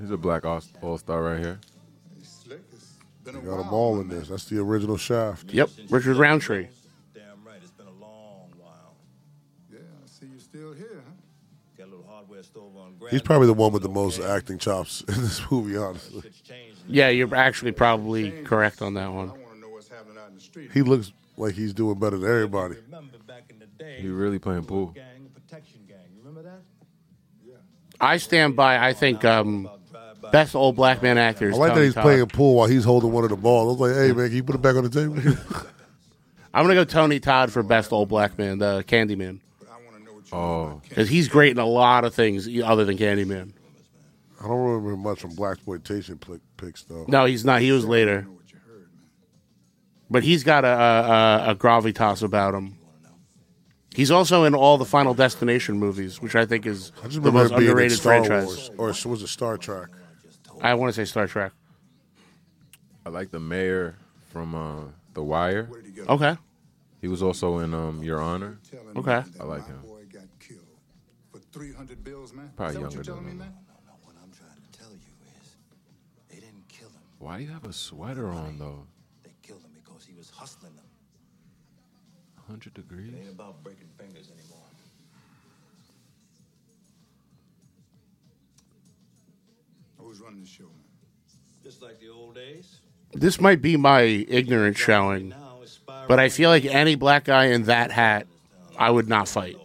He's a black all star right here.
They got them all in this. That's the original Shaft.
Yep, Richard Roundtree.
Damn right, it's been a long while. Yeah, I see you're still here, huh? Got a little hardware store over on Grand.
He's probably the one with the most acting chops [laughs] in this movie, honestly.
Yeah, you're actually probably correct on that one.
He looks like he's doing better than everybody.
He really playing pool.
I stand by. I think um, best old black man actor.
I
is
like that
Tony
he's
Todd.
playing pool while he's holding one of the balls. I was like, hey, man, can you put it back on the table? [laughs]
I'm gonna go Tony Todd for best old black man, the Candyman,
Oh,
because he's great in a lot of things e, other than Candyman.
I don't remember much from black exploitation picks though.
No, he's not. He was later. But he's got a, a, a- a gravitas about him. He's also in all the Final Destination movies, which I think is
I just
the
remember
most
him being in
underrated
Star
franchise.
Wars, or was it Star Trek?
I want to say Star Trek.
I like the mayor from uh, The Wire.
Okay.
He was also in um, Your Honor.
Okay.
I like him.
For 300 bills, man?
Probably
Is that what
younger
you're
than
telling me,
him.
man?
Why do you have a sweater on though?
They killed him because he was hustling them.
100 degrees.
It ain't about breaking fingers anymore. Who's running the show, man? Just like the old days.
This might be my ignorant showing, but I feel like any black guy in that hat, I would not fight.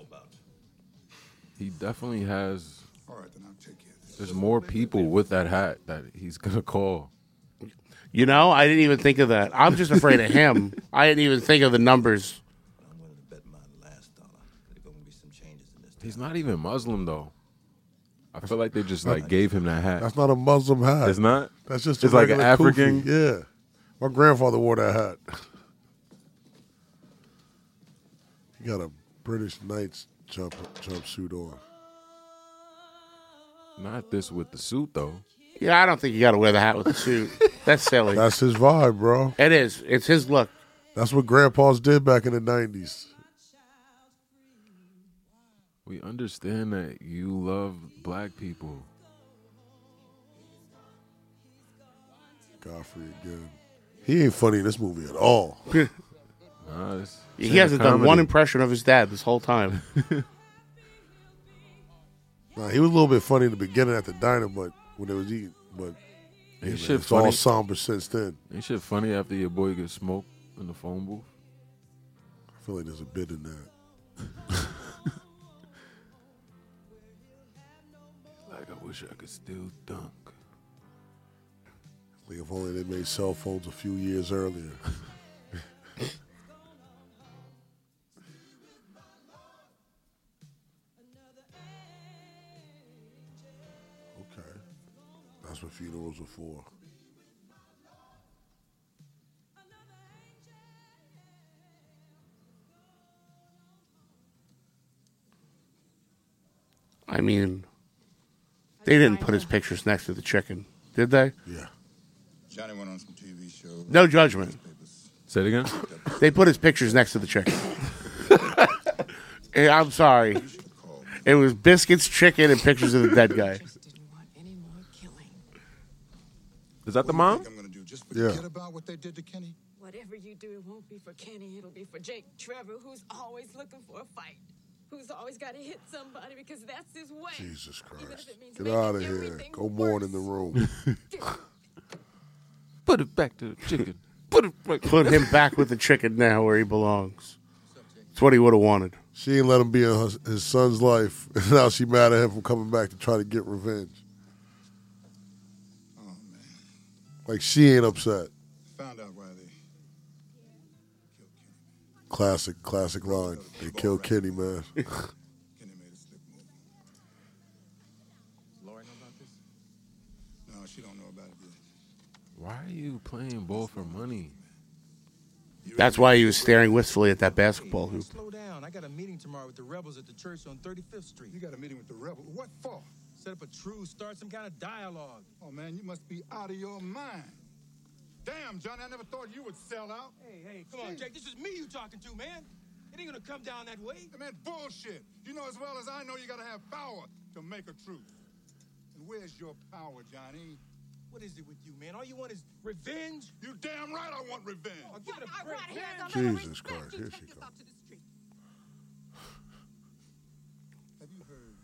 He definitely has. There's more people with that hat that he's gonna call.
You know, I didn't even think of that. I'm just afraid of
[laughs]
him. I didn't even think of the numbers.
He's not even Muslim though. I feel like they just like gave him that hat.
That's not a Muslim hat.
It's not?
That's just
It's
a
like an
regular
African-
kufi. Yeah, my grandfather wore that hat. he got a British Knights jump jumpsuit on.
Not this with the suit though.
Yeah, I don't think you got to wear the hat with the suit.
[laughs]
That's silly.
That's his vibe, bro.
It is. It's his look.
That's what grandpas did back in the '90s.
We understand that you love black people.
Godfrey again. He ain't funny in this movie at all.
Nah, Uh, it's-
He hasn't done
comedy.
one impression of his dad this whole time.
Nah, he was a little bit funny in the beginning at the diner, but when it was eating, but yeah, man,
shit
it's all
funny.
somber since then.
Ain't shit funny after your boy gets smoked in the phone booth.
I feel like there's a bit in that.
Like I wish I could still dunk.
Like if only they made cell phones a few years earlier. [laughs] okay, that's what funerals are for.
I mean, they didn't put his pictures next to the chicken, did they?
Yeah.
Johnny went on some TV shows.
No judgment.
Say it again.
They put his pictures next to the chicken. And I'm sorry. It was biscuits, chicken, and pictures of the dead guy.
Is that the mom?
Yeah.
about what they did to Kenny? Whatever you do, it won't be for Kenny. It'll be for Jake Trevor, who's always looking for a fight, who's always got to hit somebody because that's his way.
Jesus Christ. Get out of here. Go mourn in the room.
Put it back to the chicken. [laughs] Put it back.
Put him back with the chicken now where he belongs. That's what he would have wanted.
She didn't let him be in her, his son's life. [laughs] And now she mad at him for coming back to try to get revenge. Like she ain't upset.
Found out why they.
Classic, classic line. They killed Kenny, man.
Lori know about this? No, she don't know about it yet.
Why are you playing ball for money?
That's why he was staring wistfully at that basketball hoop.
Slow down. I got a meeting tomorrow with the rebels at the church on 35th Street. You got a meeting with the rebels? What for? Set up a truce. Start some kind of dialogue.
Oh man, you must be out of your mind. Damn, Johnny, I never thought you would sell out. Hey, hey,
Come on, Jake. This is me you talking to, man. It ain't gonna come down that way.
Man, bullshit. You know as well as I know you gotta have power to make a truth. And where's your power, Johnny?
What is it with you, man? All you want is revenge. Oh,
You damn right I want revenge.
I'll give it a break.
Jesus Christ. Here she comes.
Have you heard?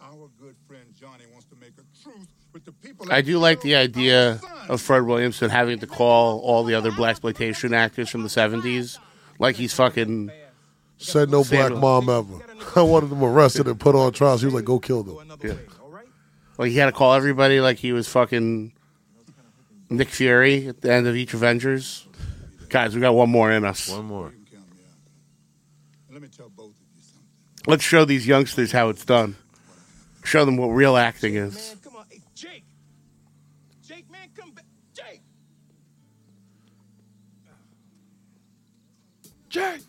Our good friend Johnny wants to make a truce with the people.
I do like the idea of Fred Williamson having to call all the other black exploitation actors from the '70s, like he's fucking
Said no black
Sandal.
mom ever. [laughs] I wanted them arrested and put on trial. She was like, go kill them.
Yeah. Like he had to call everybody like he was fucking Nick Fury at the end of each Avengers. Guys, we got one more in us.
One more.
Let me tell both of you.
Let's show these youngsters how it's done. Show them what real acting is.
Jake, man, come back. Jake.
Jake.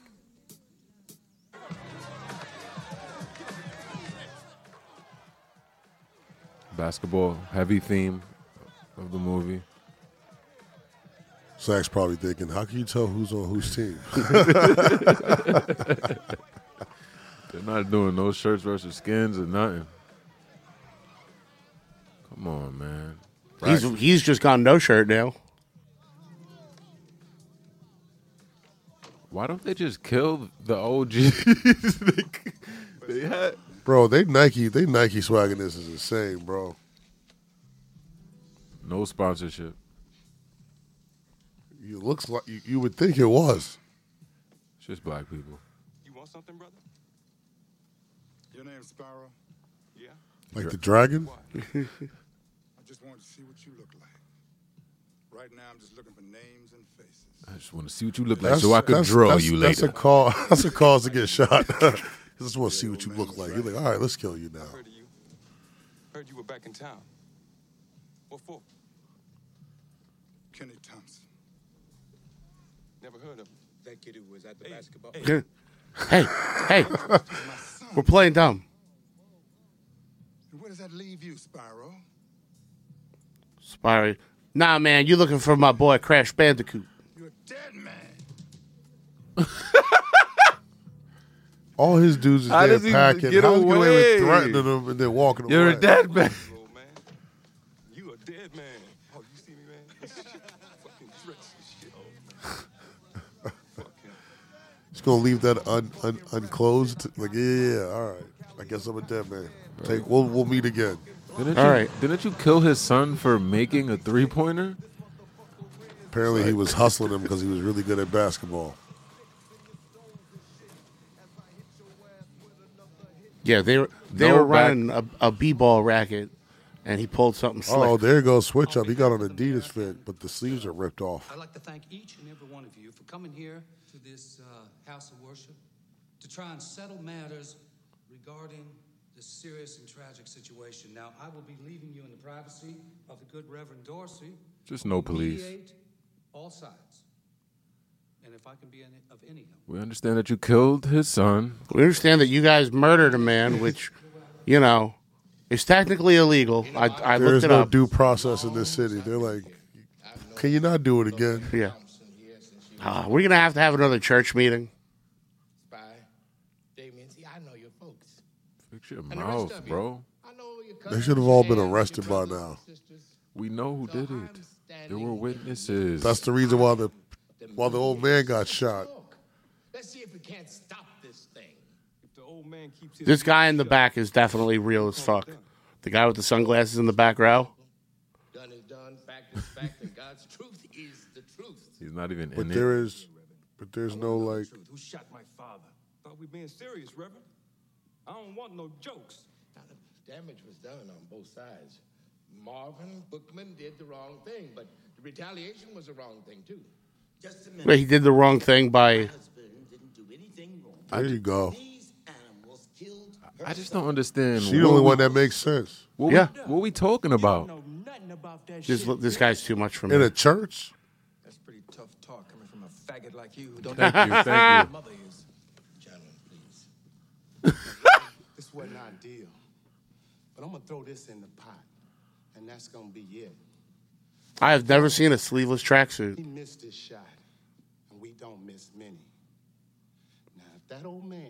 Basketball heavy theme of the movie.
Zach's probably thinking, how can you tell who's on whose team? [laughs]
They're not doing no shirts versus skins or nothing. Come on, man.
He's
Practice.
he's just gone no shirt now.
Why don't they just kill the OGs? they, they had
bro, they Nike, they Nike swagging this is insane, bro.
[laughs] no sponsorship.
It looks like you, you would think it was.
It's just black people.
You want something, brother?
Your name's Sparrow? Yeah.
Like the dragon?
I just wanted to see what you look like. Right now, I'm just looking for names and faces.
I just want to see what you look like so I could
that's-
draw
that's-
you
that's
later.
A call, [laughs] that's a cause to get shot. [laughs] I just want to see what you look like. You're like, all right, let's kill you now.
Heard you were back in town. What for? Kenny Thompson. Never heard of him. That kid who was at the basketball.
hey, hey, [laughs] we're playing dumb.
And where does that leave you, Spyro?
Sorry, nah, man, you looking for my boy Crash Bandicoot?
You're a dead man.
All his dudes is
How
there
does he
packing.
get
How is he gonna be
away?
threatening them and then walking
You're
away?
a dead man.
You a dead man.
[laughs]
Oh, you see me, man? This shit fucking threats and shit. Fuck
gonna leave that un, un, unclosed. Like, yeah, yeah, yeah, all right. I guess I'm a dead man. Take, we'll, we'll meet again.
Didn't you, Didn't you kill his son for making a three pointer?
Apparently, he was hustling him because he was really good at basketball.
Yeah, they were they
No
were
back-
running a, a b ball racket, and he pulled something slick.
Oh, there goes switch up. He got an Adidas fit, but the sleeves are ripped off.
I'd like to thank each and every one of you for coming here to this uh, house of worship to try and settle matters regarding this serious and tragic situation. Now, I will be leaving you in the privacy of the good Reverend Dorsey.
Just no
who
police.
mediate All sides. And if I can be any, of any help.
We understand that you killed his son.
We understand that you guys murdered
[laughs]
a man, which, you know, is technically illegal. I, I
There
looked
is
it
no
up.
due process in this city. They're like, can you not do it again?
Yeah. Ah, we're gonna have to have another church meeting.
Spy, Damien, see, I know your folks.
Fix your
And the rest
mouth,
of you.
bro.
They should have all been arrested by now.
We know who did it. There were witnesses.
That's the reason why the why the old man got shot.
Let's see if we can't stop this thing. If the old man keeps
This guy in the back is definitely real as fuck. The guy with the sunglasses in the back row.
done is done, fact is fact, and God's truth is the truth.
He's not even in
But
it.
there is, but there's no like.
Who shot my father?
Thought we being serious, Reverend? I don't want no jokes.
Damage was done on both sides. Marvin Bookman did the wrong thing, but the retaliation was the wrong thing too. Just a minute.
But he did the wrong thing by.
There you go.
I just don't understand.
She the only
what
one
we-
that makes sense.
What
Yeah.
We, what we talking about?
This this guy's too much for me.
In a church?
That's pretty tough talk coming from a faggot like you who
Thank
don't
you,
know who your
thank
[laughs]
you.
mother is.
Gentlemen, please. this wasn't ideal, but I'm gonna throw this in the pot, and that's gonna be it.
I have never seen a sleeveless
He
tracksuit.
missed his shot, and we don't miss many. Now, if that old man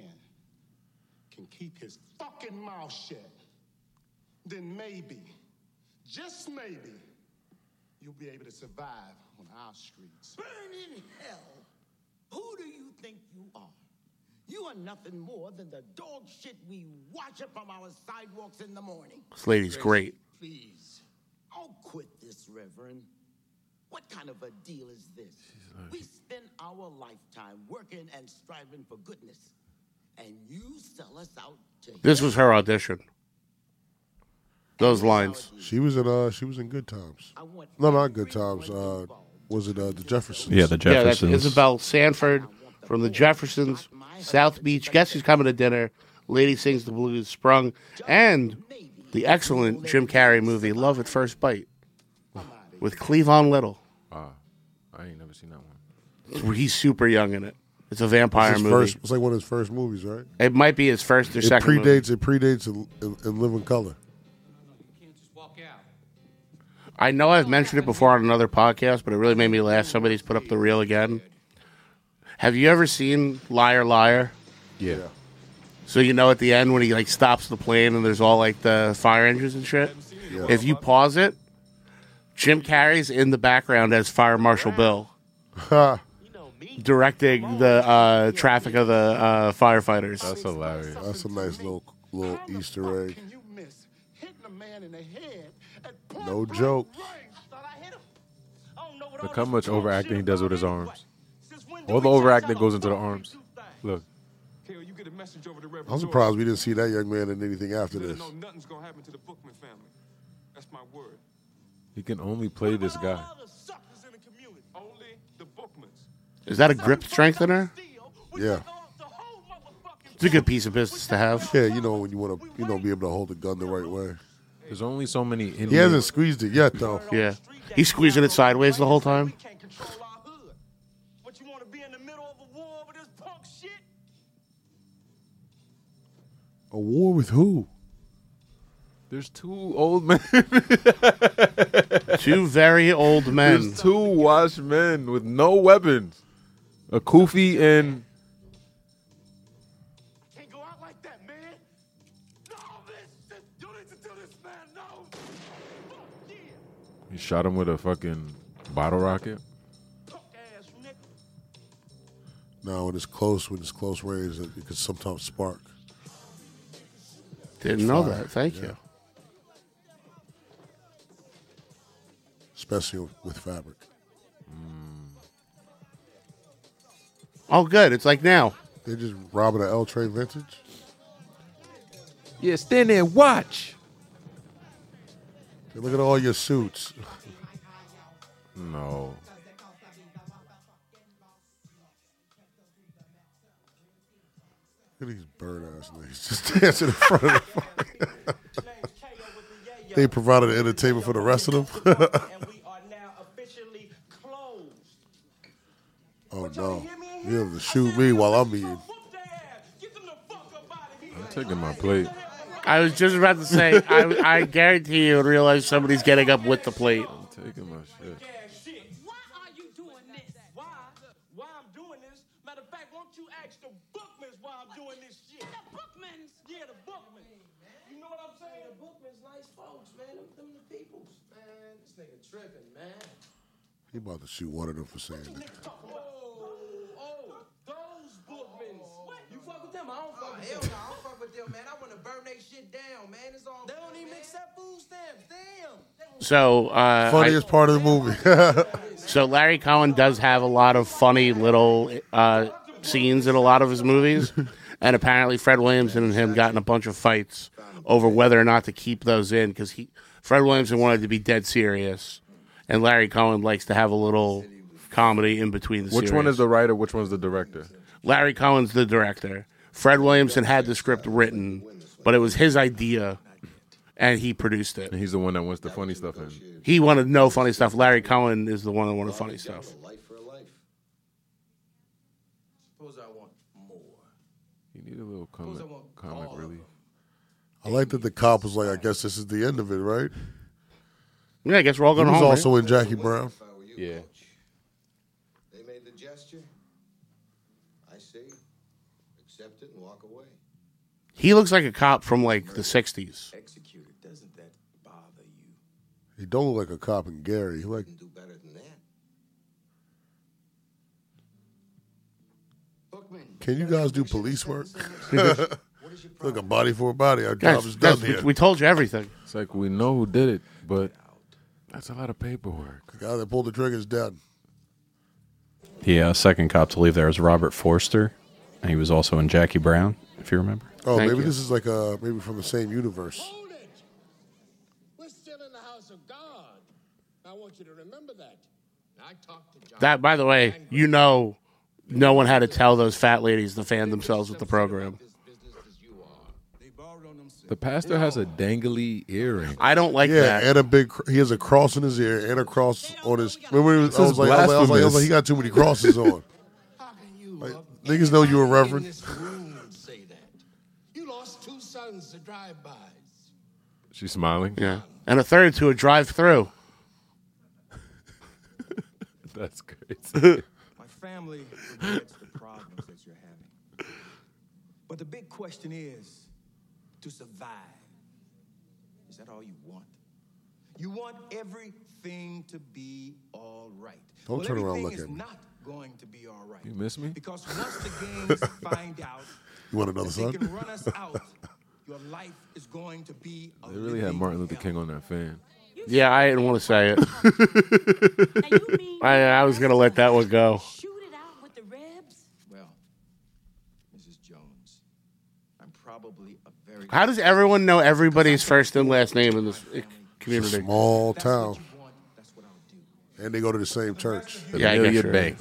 can keep his fucking mouth shut, then maybe, just maybe, you'll be able to survive on our streets.
Burn in hell. Who do you think you are? You are nothing more than the dog shit we wash up from our sidewalks in the morning.
This lady's great.
Please. I'll quit this, Reverend. What kind of a deal is this? We spend our lifetime working and striving for goodness, and you sell us out to
This was her audition. Those lines.
She was in uh she was in good times. No, not good times. Uh was it uh the Jeffersons?
Yeah, the
Yeah, that's
Jeffersons.
Isabel Sanford from the Jeffersons, South Beach. Guess who's coming to dinner? Lady sings the blues, sprung, and the excellent Jim Carrey movie Love at First Bite with Cleavon Little.
Wow. I ain't never seen that one.
He's super young in it. It's a vampire
It's his
movie.
first- it's like one of his first movies, right?
It might be his first or
It
second. movie.
predates it predates in, in, in Living Color. [laughs]
I know I've mentioned it before on another podcast, but it really made me laugh. Somebody's put up the reel again. Have you ever seen Liar Liar?
Yeah.
So you know at the end when he like stops the plane and there's all like the fire engines and shit.
Yeah.
If you pause it, Jim Carrey's in the background as Fire Marshal Bill, directing the uh, traffic of the uh, firefighters.
That's hilarious.
That's a nice little little Easter egg. No joke.
Look how much overacting he does with his arms. All the overacting goes into the arms. Look,
Carol, you get a message over to Reverend.
I'm
Dorsey.
surprised we didn't see that young man in anything after
Let her
this.
know nothing's gonna happen to the Bookman family. That's my word.
he can only play this guy.
Only the Bookmans.
Is that a grip strengthener?
Yeah.
It's a good piece of business to have.
Yeah, you know when you want to, you know, be able to hold a gun the right way.
There's only so many. Indian
He hasn't squeezed it yet, though.
Yeah. He's squeezing it sideways the whole time.
A war with who?
There's two old men. [laughs]
Two very old men.
There's two washed men with no weapons. A Kufi and he shot him with a fucking bottle rocket.
Now, when it's close, when it's close range, it it can sometimes spark.
Didn't know
Fire,
that. Thank
yeah.
you.
Especially with fabric.
Oh, good. It's like now.
They just robbing an L Train vintage.
Yeah, stand there and watch.
Hey, Look at all your suits. [laughs]
No.
Look at these bird ass niggas just [laughs] dancing in front of the [laughs] They provided entertainment for the rest of them. oh no. You have to shoot me while I'm eating.
I'm taking my plate.
I was just about to say, I, I guarantee you realize somebody's getting up with the plate.
I'm taking my shit.
You know what I'm saying? The Bookman's nice folks, man. Them, them the peoples. Man, this nigga tripping, man.
He about to shoot one of them for saying that.
oh, You fuck with them? I don't fuck with them. Oh, I don't fuck with them, man. I want to burn they shit down, man. It's all They don't even accept food stamps. Damn.
So, uh,
Funniest
I-
part of the movie. [laughs]
so Larry Cohen does have a lot of funny little uh, scenes in a lot of his movies, and apparently Fred Williamson and him got in a bunch of fights over whether or not to keep those in because he Fred Williamson wanted to be dead serious, and Larry Cohen likes to have a little comedy in between the.
Which one is the writer? Which one's the director?
Larry Cohen's the director. Fred Williamson had the script written, but it was his idea, and he produced it.
And he's the one that wants the funny stuff in.
He wanted no funny stuff. Larry Cohen is the one that wanted funny stuff.
Suppose I want more.
You need a little comic, comic relief.
I like that the cop was like, I guess this is the end of it, right?
Yeah, I guess we're all going
he was
home.
also
right?
in Jackie Brown.
Yeah.
They made the gesture. I see. Accept it and walk away.
He looks like a cop from like the '60s.
Executed. Doesn't that bother you?
He don't look like a cop in Gary. He like
Do better than that.
Can you guys do police work? [laughs] Look, a body for a body. Our
Guys,
job is done
guys,
here.
we, we told you everything.
It's like we know who did it, but that's a lot of paperwork.
the guy that pulled the trigger is dead.
The uh, second cop to leave there was Robert Forster, and he was also in Jackie Brown, if you remember.
Oh, maybe this is like uh maybe from the same universe.
We're still in the house of God. I want you to remember that. I talked to John.
That, by the way, you know, no one had to tell those fat ladies to fan themselves with the program.
The pastor has a dangly earring.
I don't like
yeah,
that.
and a big. cr- He has a cross in his ear and a cross on his. Remember, he was,
This
I,
is
was like, I, was like, I was like, I was
blasphemous.
like, he got too many crosses on. Like, niggas know you a reverend.
You lost two sons to drive-bys.
She's smiling. [laughs]
Yeah, and a third to a drive-through.
That's crazy.
My
[gasps]
family regrets the problems that you're having. But the big question is to survive. Is that all you want? You want everything to be all right.
Don't
well,
turn around and look
everything is
at me.
not going to be all right.
You miss me?
Because once
[laughs]
the gangs find out
You
[laughs]
want another
that they
son?
can run us out, your life is going to be a
They really had Martin Luther King on that fan.
Yeah, I didn't want to
[laughs]
say it. I, I was gonna let that one go.
Well, Mrs. Jones, I'm probably a very
How does everyone know everybody's first and last name in this eh,
It's a
community?
small town. And they go to the same church.
Yeah, I guess you're right.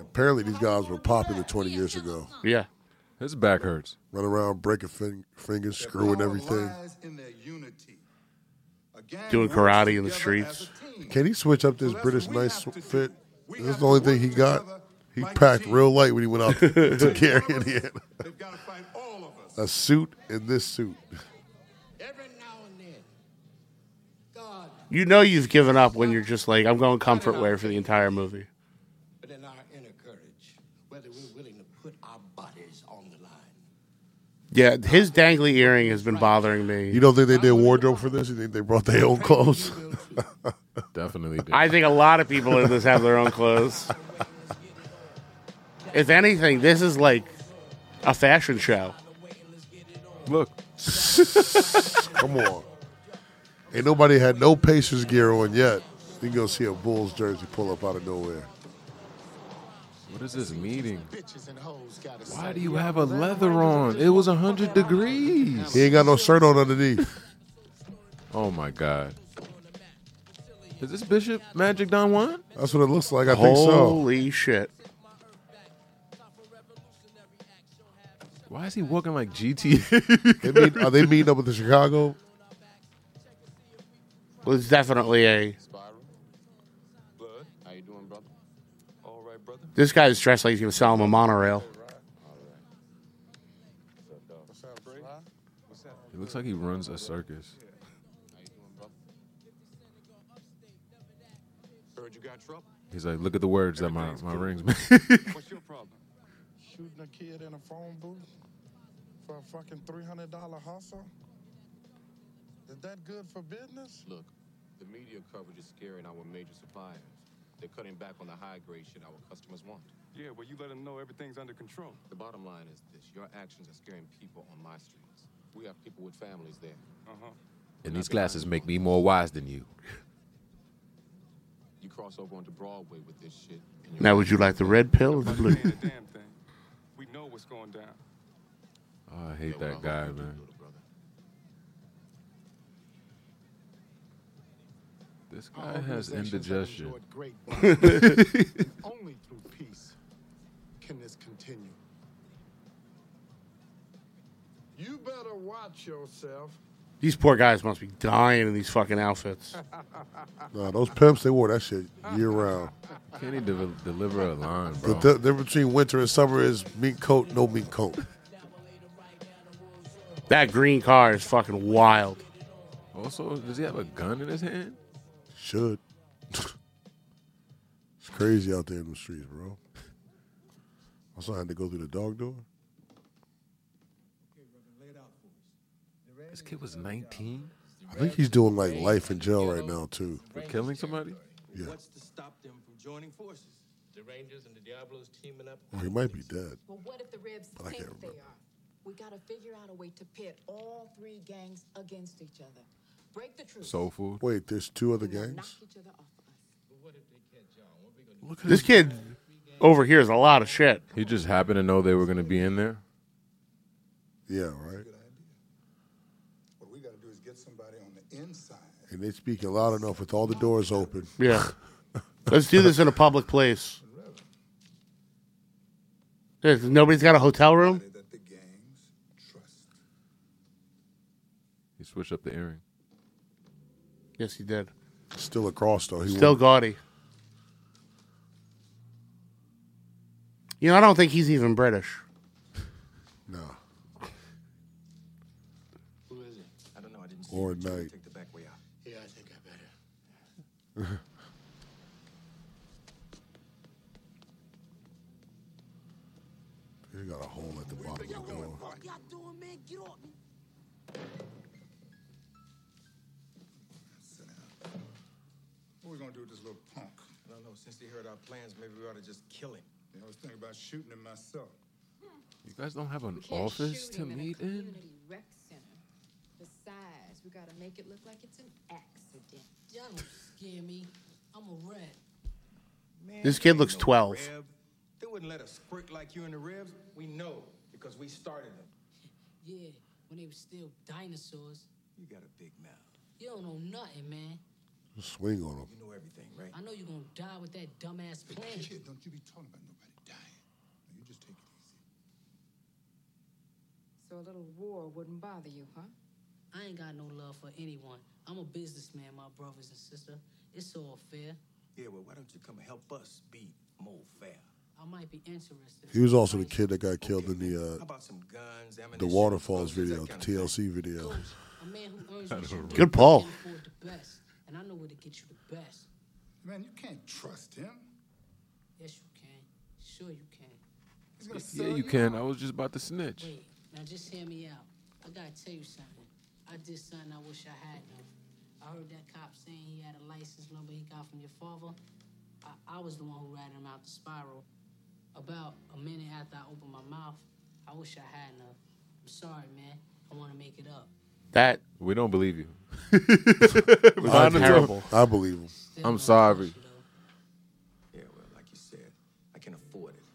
Apparently, these guys were popular 20 years ago.
Yeah.
His back hurts.
Run around breaking fin- fingers, screwing everything.
Lies in their unity. A gang
Doing
works
karate in
together
the
as
streets.
a team.
Can he switch up this British nice fit? This is the only thing he got. He packed real light when he went out to carry it [laughs] in. A suit and this suit.
You know you've given up when you're just like, I'm going comfort wear for the entire movie.
But in our inner courage, whether we're willing to put our bodies on the line.
Yeah, his dangly earring has been bothering me.
You don't think they did wardrobe for this? You think they brought their own clothes?
Definitely did.
I think a lot of people in this have their
[laughs]
own clothes. if anything, this is like a fashion show.
Look.
[laughs] Come on. Ain't nobody had no Pacers gear on yet. You can go see a Bulls jersey pull up out of nowhere.
What is this meeting?
Why do you
have a leather on? It was 100 degrees.
He ain't got no shirt on underneath.
Oh my God. Is this Bishop Magic Don Juan?
That's what it looks like. I think so.
Holy shit.
Why is he walking like GT? [laughs]
They
[laughs]
meet, are they meeting up with the Chicago?
Well, it's definitely a.
Blood, how you doing, brother? All right, brother.
This guy's dressed like he's gonna sell him a monorail.
What's up, Brady? What's up?
It looks like he runs a circus.
Heard you got trouble.
He's like, look at the words that my, my rings make. [laughs]
What's your problem? Shooting a kid in a phone booth for a fucking three hundred dollar hustle. Is that good for business?
Look, the media coverage is scaring our major suppliers. They're cutting back on the high grade shit our customers want. Yeah, well, you let them know everything's under control. The bottom line is this your actions are scaring people on my streets. We have people with families there. Uh huh.
And these glasses make me more wise than you.
You cross over onto Broadway with this shit.
Now, would you like the red pill or the blue?
We know what's going down.
Oh, I hate that guy, man. This guy has indigestion.
Great. Only through peace can this continue. You better watch yourself.
[laughs] These poor guys must be dying in these fucking outfits.
Nah, those pimps, they wore that shit year round.
Can he de- deliver a [laughs] line,
The
bro?
di- difference between winter and summer is mink coat, no mink coat.
That green car is fucking wild.
Also, does he have a gun in his hand?
Should. [laughs] it's crazy out there in the streets, bro. Also, I had to go through the dog door.
This kid was 19
I think he's doing like life in jail right now too.
for killing somebody.
Yeah.
What's to stop them from joining forces?
The Rangers and the Diablos teaming up.
Or he might be dead.
Well, what if the Ribs
But I
think
can't
they are? We gotta figure out a way to pit all three gangs against each other. Break the truth.
Soul food. Wait, there's two other gangs.
This kid over here is a lot of shit.
He just happened to know they were going to be in there.
Yeah, right.
What we got to do is get somebody on the inside.
And they speaking loud enough with all the doors open.
[laughs] Yeah. Let's do this in a public place. Yeah, Nobody's got a hotel room?
He switched up the earring.
Yes, he did.
Still across though. He
Still
won't-
gaudy. You know, I don't think he's even British.
No.
Who is it? I don't know. I didn't see
Or
it, but you
night.
Take the back way out. Yeah, I think I better.
[laughs] He got a hole at the bottom of the door.
Y'all doing, man? Get off me.
What we gonna do with this little punk?
I don't know. Since they heard our plans, maybe we ought to just kill him.
I was thinking about shooting him myself.
You guys don't have an office to meet in?
Rec center. Besides, we gotta make it look like it's an accident.
Y'all don't scare me. I'm a rat.
This kid looks
Oh.
12.
They wouldn't let us squirt like you in the ribs. We know because we started them.
Yeah, when they were still dinosaurs.
You got a big mouth.
You don't know nothing, man.
Swing on him.
You know everything, right?
I know you're gonna die with that dumbass plan.
Kid, don't you be talking about nobody dying. Now, you just take it easy.
So a little war wouldn't bother you, huh? I ain't got no love for anyone. I'm a businessman, my brothers and sister. It's all fair.
Yeah, well, why don't you come help us be more fair?
I might be interested.
He was also the kid that got killed in the
How about some guns,
uh, the
ammunition,
waterfalls
explosives,
video, the
that kind of
TLC video.
A man
[laughs]
who earns
I
what
don't
you do
Good Paul.
can afford the best, and I know where to get you the best.
Man, you can't trust him.
Yes, you can. Sure, you can.
He's gonna sell
Yeah, you can. I was just about to snitch.
Wait, now just hear me out. I gotta tell you something. I did something I wish I hadn't. I heard that cop saying he had a license number he got from your father. I, I was the one who ratted him out the spiral. About a minute after I opened my mouth, I wish I hadn't. Have. I'm sorry, man. I want to make it up.
That
we don't believe [laughs] you.
I- terrible.
I believe him.
I'm sorry.
Yeah, well, like you said, I can afford it.
[laughs]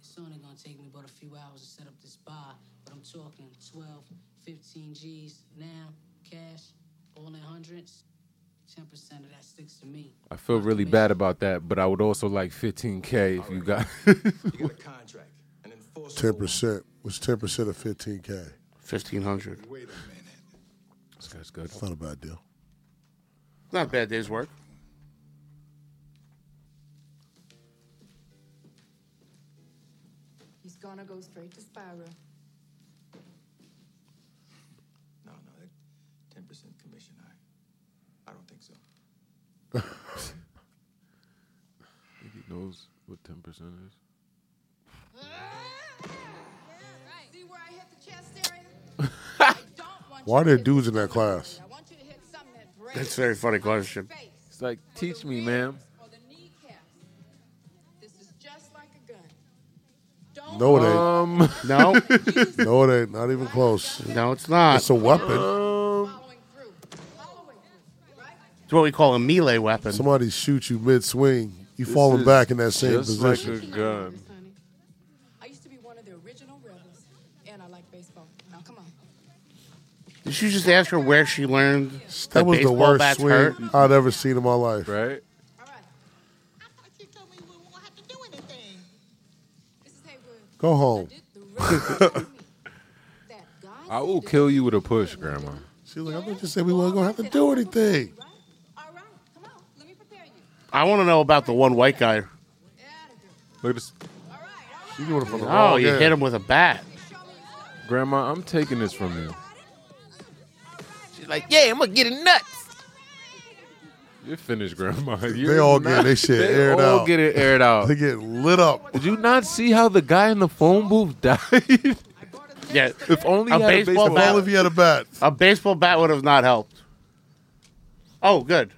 It's only gonna take me but a few hours to set up this bar, but I'm talking 12, 15 G's now, cash, all in hundreds. 10% of that sticks to me.
I feel really bad about that, but I would also like 15k if you got. [laughs]
Ten percent was ten percent of fifteen k.
Fifteen hundred.
This guy's good.
It's not a bad deal.
Not a bad day's work.
He's gonna go straight to Spyro.
No, no, that ten percent commission, I, I don't think so.
Think he knows what 10 percent is.
See where I hit the chest area?
[laughs] Why are there dudes in that class?
That's a very funny question.
It's like, teach me, ma'am.
This is just like a gun.
No, it ain't.
Um, [laughs]
no,
Uh.
no, it ain't. Not
[laughs]
even close.
No, it's not.
It's a weapon. um,
It's what we call a melee weapon.
Somebody shoots you mid swing. You
This
falling
is
back in that same
just like
position.
a gun.
I used to be one of the original rebels, and I like baseball. Now, come on.
Did you just ask her where she learned
That was the
baseball
worst
bats
swing
hurt?
I'd ever seen in my life.
Right?
Go home.
I will kill you with a push, Grandma.
She's like, I thought you said we weren't gonna have to do anything.
I want to know about the one white guy.
Look at this.
You doing it from the
Oh,
wrong
you
end.
hit him with a bat.
Grandma, I'm taking this from you.
She's like, yeah, I'm gonna get it nuts.
You're finished, Grandma. [laughs]
They
You're
all get
not-
their shit
they
aired
all
out.
get it aired out.
[laughs] They get lit up.
Did you not see how the guy in the phone booth [laughs] died?
Yeah,
If only he had a baseball bat.
Only if you had a bat. [laughs]
A baseball bat would have not helped. Oh, good.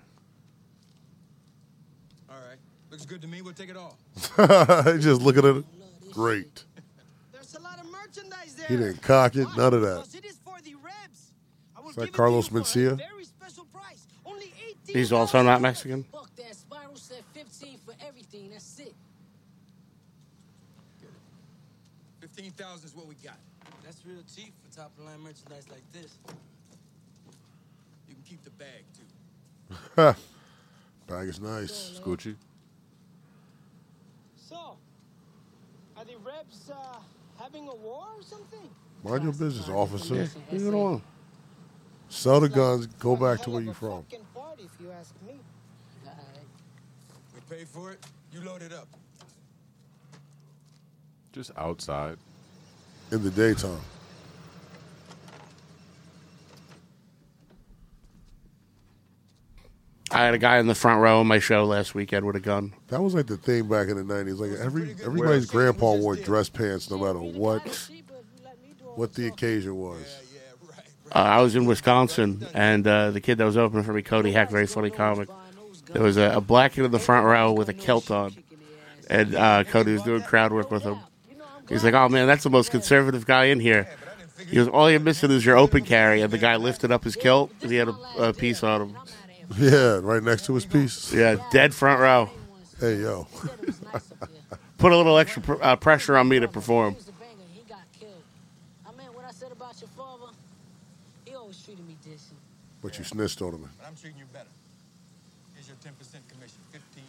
Looks good to me. We'll take it all.
Just looking at it. Great. He didn't cock it. None of that. Is that Carlos Mencia?
He's also not Mexican.
Fuck that. Spiral said 15 for everything. That's it.
15,000 is what we got. That's real cheap for top of line merchandise like this. You can keep the bag too.
Bag is nice.
Scoochie.
So, are the reps uh, having a war or something?
Mind your business, officer.
Yeah, leave it alone.
Sell the guns. Go back to where you from.
Party, if you ask me.
Uh,
We pay for it. You load it up.
Just outside.
In the daytime.
I had a guy in the front row of my show last weekend with a gun.
That was like the thing back in the nineties. Like every everybody's grandpa wore dress pants, no matter what what the occasion was.
[laughs]
Uh, I was in Wisconsin, and uh, the kid that was opening for me, Cody Heck, very funny comic. There was a, a black kid in the front row with a kilt on, and uh, Cody was doing crowd work with him. He's like, "Oh man, that's the most conservative guy in here." He goes, "All you're missing is your open carry," and the guy lifted up his kilt, and he had a, a piece on him.
Yeah, right next to his piece.
Yeah, dead front row.
Hey yo,
[laughs] Put a little extra pr- uh, pressure on me to perform.
I meant what I said about your father. He always treated me decent.
but you snitched on him.
But I'm treating you better. Here's your 10% commission, 1500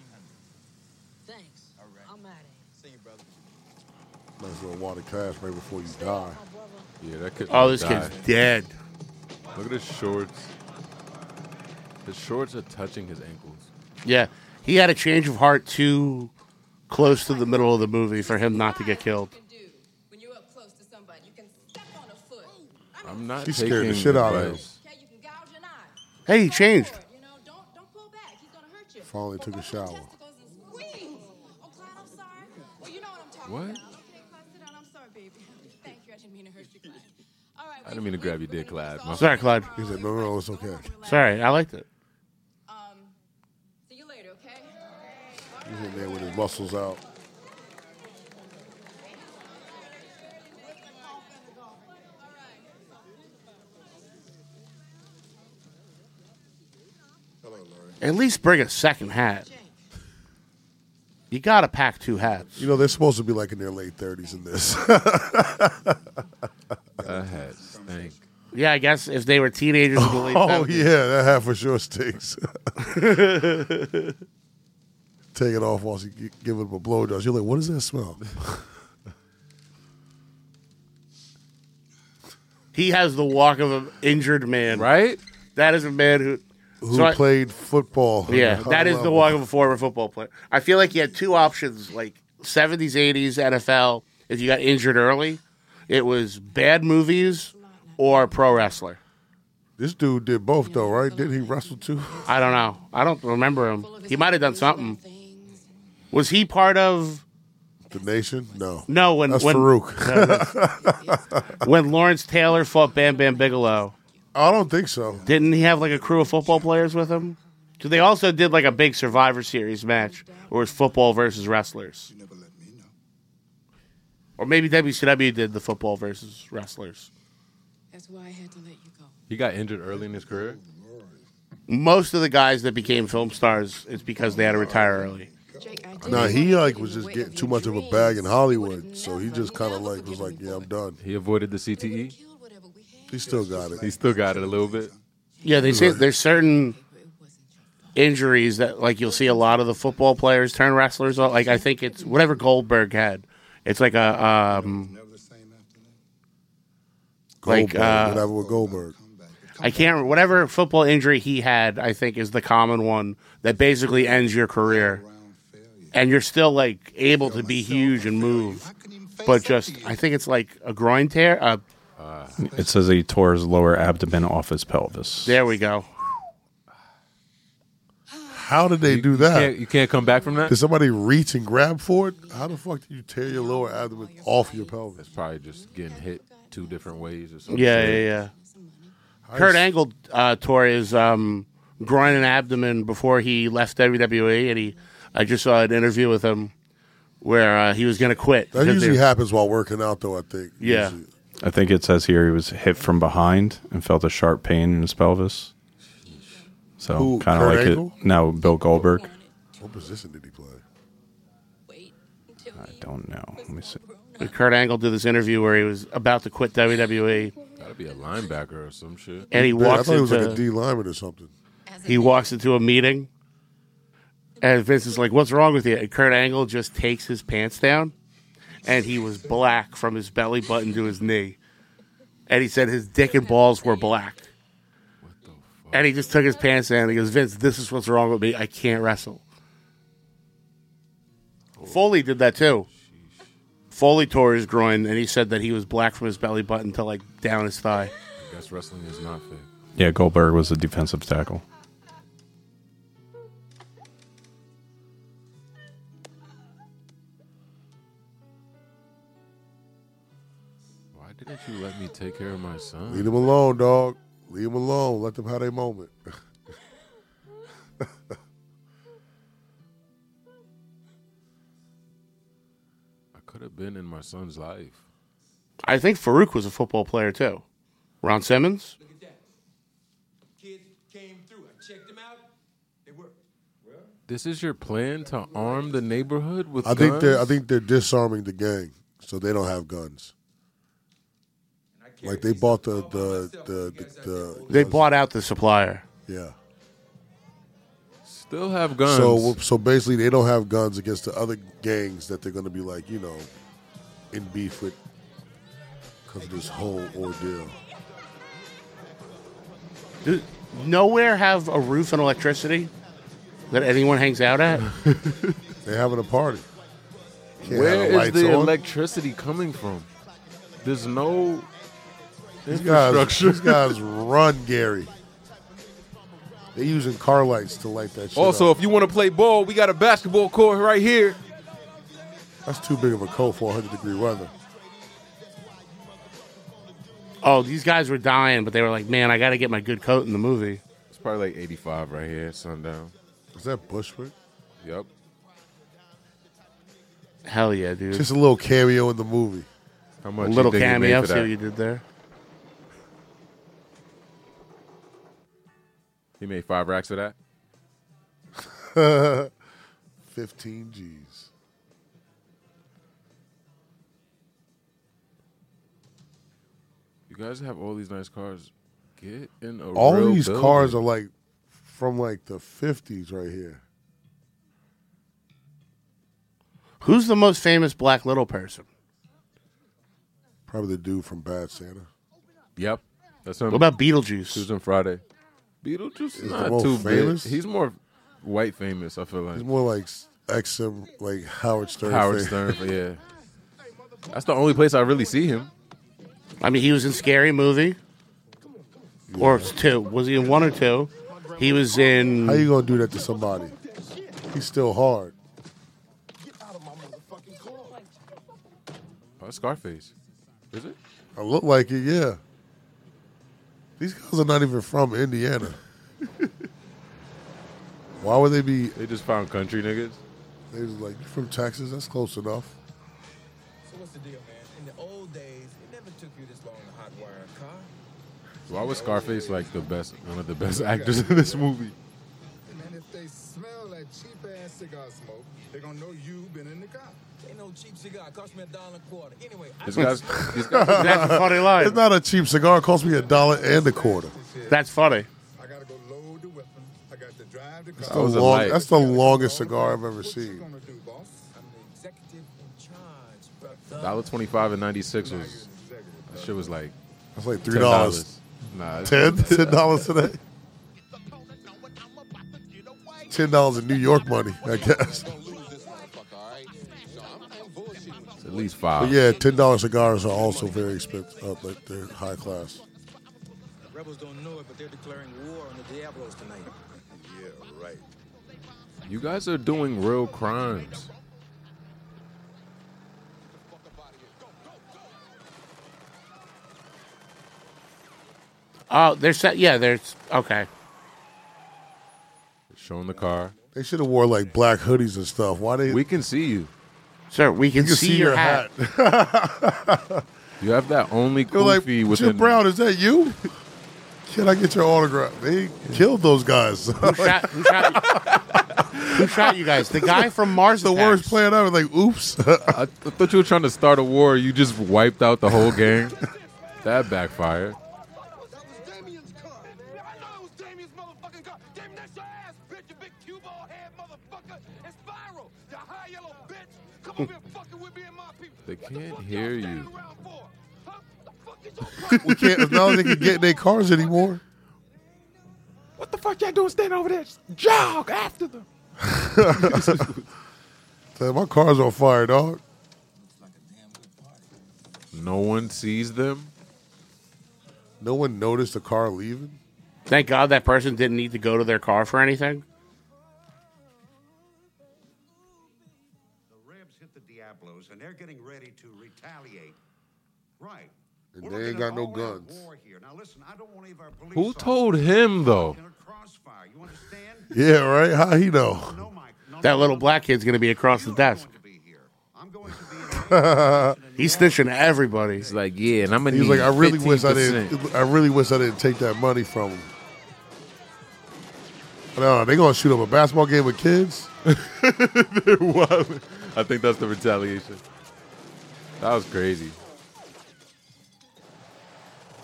Thanks.
All right.
I'm out of here.
See you, brother.
Nice little wad of cash right before you die.
Yeah, that kid.
Oh, this kid's dead.
Look at his shorts. His shorts are touching his ankles.
Yeah, he had a change of heart too close to the middle of the movie for him not to get killed.
I'm not.
She
taking
scared the shit out of him.
advice.
Hey, he changed.
Finally took a shower.
Oh,
What?
[laughs]
All right,
I didn't mean to grab your dick, Clyde. My
Sorry, Clyde.
He said, no, no, it's okay.
Sorry, I liked it.
He's in there with his muscles out.
At least bring a second hat. You gotta pack two hats.
You know, they're supposed to be like in their late 30s in
[laughs]
this.
That hat stink.
Yeah, I guess if they were teenagers in the
[laughs]
late
oh,
70s.
yeah, that hat for sure
[laughs]
stinks. Take it off while she gi- giving him a blowjob. You're like, what is that smell?
He has the walk of an injured man.
Right?
That is a man who
Who
So I-
played football?
Yeah,
High
that is the
level.
walk of a former football player. I feel like you had two options, like seventies, eighties NFL. If you got injured early, it was bad movies or pro wrestler.
This dude did both though, right? Didn't he wrestle too?
I don't know. I don't remember him. He might have done something. Was he part of
the Nation? No.
No, when
That's
when
Farouk.
No, that's- when Lawrence Taylor fought Bam Bam Bigelow.
[laughs] I don't think so.
Didn't he have like a crew of football players with him? So they also did like a big Survivor Series match, where it was football versus wrestlers. Or maybe WCW did the football versus wrestlers.
That's why I had to let you go.
He got injured early in his career.
Most of the guys that became film stars, it's because they had to retire early.
Nah, he like was just getting too much of a bag in Hollywood, so he just kind of like was like, "Yeah, I'm done."
He avoided the CTE.
He still got it.
He still got it a little bit.
Yeah, they say there's certain injuries that like you'll see a lot of the football players turn wrestlers. on. Like I think it's whatever Goldberg had. It's like a um, like
Goldberg,
uh,
whatever with Goldberg.
I can't. Whatever football injury he had, I think is the common one that basically ends your career, and you're still like able to be huge and move, but just I think it's like a groin tear. Uh,
It says he tore his lower abdomen off his pelvis.
there we go.
How did they do
You
that?
can't, you can't come back from that.
Did somebody reach and grab for it? How the fuck did you tear your lower abdomen off your pelvis?
Probably just getting hit two different ways or something.
Yeah, yeah, yeah. Kurt Angle uh, tore his um, groin and abdomen before he left WWE, and he I just saw an interview with him where uh, he was going to quit.
That
because
usually
they-
happens while working out, though. I think.
Yeah,
I think it says here he was hit from behind and felt a sharp pain in his pelvis. So
Who,
kind of
Kurt
like
Angle?
it. No, Bill Goldberg.
What position did he play?
I don't know. Let me see.
Kurt Angle did this interview where he was about to quit WWE,
Gotta be a linebacker or some shit.
and he
Yeah, I
walks
thought he was
into
like a D lineman or something.
he walks into a meeting, and Vince is like, "What's wrong with you?" And Kurt Angle just takes his pants down, and he was black from his belly button to his knee, and he said his dick and balls were black. And he just took his pants down. And he goes, "Vince, this is what's wrong with me. I can't wrestle." Foley did that too. Foley tore his groin, and he said that he was black from his belly button to like down his thigh.
I guess wrestling is not fake.
Yeah, Goldberg was a defensive tackle.
Why didn't you let me take care of my son?
Leave them alone, dog. Leave them alone. Let them have their moment.
I could have been in my son's life.
I think Farouk was a football player too. Ron Simmons.
Kid came through. I checked him out. They worked.
This is your plan to arm the neighborhood with
I think they're I
guns?
think they're disarming the gang, so they don't have guns. Like they bought the the the, the, the
They bought out the supplier.
yeah.
still have guns.
So so basically, they don't have guns against the other gangs that they're going to be like you know, in beef with because of this whole ordeal.
Do nowhere have a roof and electricity that anyone hangs out [laughs] at?
They're having a party. Can't have
Where
the
is
lights
the
on.
electricity coming from? There's no
These guys,
infrastructure.
these guys run Gary. They're using car lights to light that shit.
also,
up.
if you want to play ball, we got a basketball court right here.
that's too big of a coat for 100 degree weather.
Oh, these guys were dying, but they were like, man, I got to get my good coat in the movie.
It's probably like 85 right here, sundown.
Is that Bushwick?
Yep.
Hell yeah, dude.
Just a little cameo in the movie.
How
A little cameo. See what you did there.
He made five racks for that.
15 G's.
You guys have all these nice cars. Get in a
All
real
these
building.
cars are like from like the 50s right here.
Who's the most famous black little person?
Probably the dude from Bad Santa.
Yep. That's him.
What about Beetlejuice?
Tuesday and Friday. Beetlejuice
Is the
is not
most
too
famous?
big. He's more white famous. I feel like
He's more like XM, like Howard Stern.
Howard
fan.
Stern. but yeah, that's the only place I really see him.
I mean, he was in Scary Movie. Or it's two. Was he in one or two? He was in.
How you gonna do that to somebody? He's still hard.
Oh, that's Scarface. Is it?
I look like it, yeah. These guys are not even from Indiana. [laughs] Why would they be?
They just found country niggas.
They was like "You from Texas. That's close enough.
So what's the deal, man? In the old days, it never took you this long to hotwire a car.
Why was Scarface like the best, one of the best [laughs] actors in this movie?
And if they smell that cheap ass cigar smoke, they're gonna know you've been in the car. Ain't no cheap cigar. Cost me a dollar a quarter. Anyway,
This guy's, this
[laughs]
guy,
That's a [laughs] funny line.
It's not a cheap cigar. It cost me a dollar and a quarter.
That's funny.
That's
I
the,
was a
long,
light.
that's the longest cigar I've ever seen.
dollar twenty five and ninety six was that shit was like
That's like
$10.
three dollars.
Nah,
ten ten [laughs] dollars today. Ten dollars in New York money, I guess.
It's at least five.
But yeah, ten dollar cigars are also very expensive. Uh, like they're high class.
Rebels don't know it, but they're declaring war on the Diablos
[laughs]
tonight. yeah, right.
You guys are doing real crimes.
Oh, they're set. Yeah, they're okay.
Showing the car.
They should have wore like black hoodies and stuff. Why they? [laughs]
We can see you.
Sir, we can, see, your, hat.
You have that only
They're like,
goofy
Jim
within.
Brown, is that you? Can I get your autograph? They killed those guys. [laughs]
Who shot? Who shot, who shot you guys? The guy from Mars.
The worst plan ever. Like, oops. [laughs]
I, I thought you were trying to start a war. You just wiped out the whole [laughs] gang. that backfired. They can't hear you. [laughs]
we can't. Now they can get in their cars anymore.
What the fuck y'all doing standing over there? Jog after them.
[laughs] Damn, my car's on fire, dog.
No one sees them.
No one noticed the car leaving.
Thank God that person didn't need to go to their car for anything.
Rebs hit the Diablos, and they're getting ready to retaliate. Right.
And they ain't got no guns.
War here. Now listen, I don't want any of our police
Who told him [laughs] though?
[laughs]
Yeah, right. How he know?
That little black kid's gonna be across the desk. He's snitching at everybody. He's
like, yeah, and I'm
He was like, I really wish I didn't. I really wish I didn't take that money from him. No, they gonna shoot up a basketball game with kids.
I think that's the retaliation. That was crazy.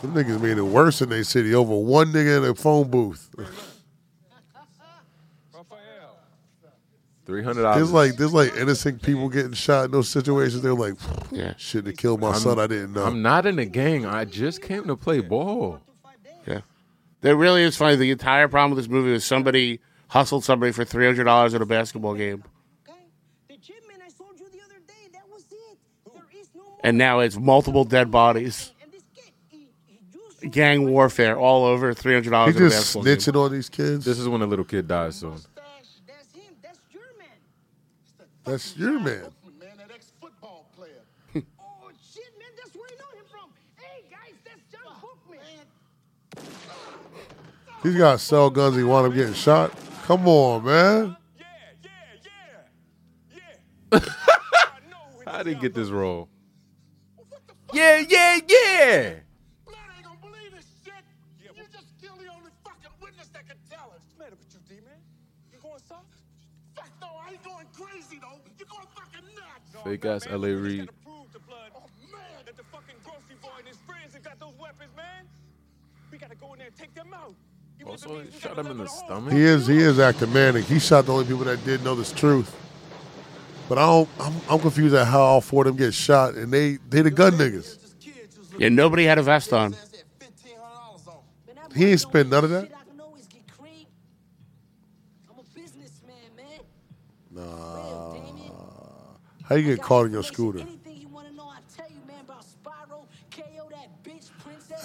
Them niggas made it worse in their city over one nigga in a phone booth. [laughs]
Three hundred
There's
dollars.
like there's like innocent people getting shot in those situations. They're like,
yeah,
shit, they killed my son. I didn't know.
I'm not in a gang. I just came to play ball.
Yeah. That really is funny. The entire problem with this movie is somebody hustled somebody for three hundred dollars at a basketball game. And now it's multiple dead bodies. Gang warfare all over three hundred dollars at a basketball game.
on these kids.
This is when a little kid dies soon.
That's your man. [laughs]
Oh, Hey guys, that's John
He's got to sell guns. He wound up getting shot. Come on, man. [laughs]
How did he get this role? Yeah, yeah, yeah. Fake ass LA Reid. Also, he shot him in the stomach.
He is he is acting manic. He shot the only people that did know this truth. But I don't. I'm, I'm confused at how all four of them get shot, and they they the gun niggas.
Yeah, nobody had a vest on.
He ain't spend none of that. Nah. How you get caught in your scooter?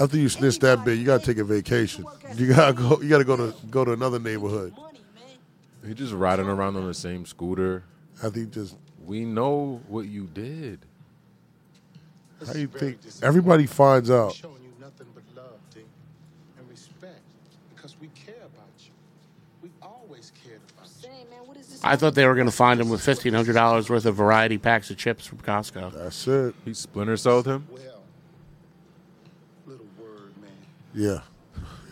After you snitch that bit, you gotta take a vacation. You gotta go. You gotta go to go to another neighborhood.
He just riding around on the same scooter.
I think just
we know what you did.
How you think everybody finds out?
showing you nothing but love, D, and respect, because we care about you. We always cared about you.
I thought they were going to find him with fifteen hundred dollars worth of variety packs of chips from Costco.
That's it.
He splinter sold him.
Yeah.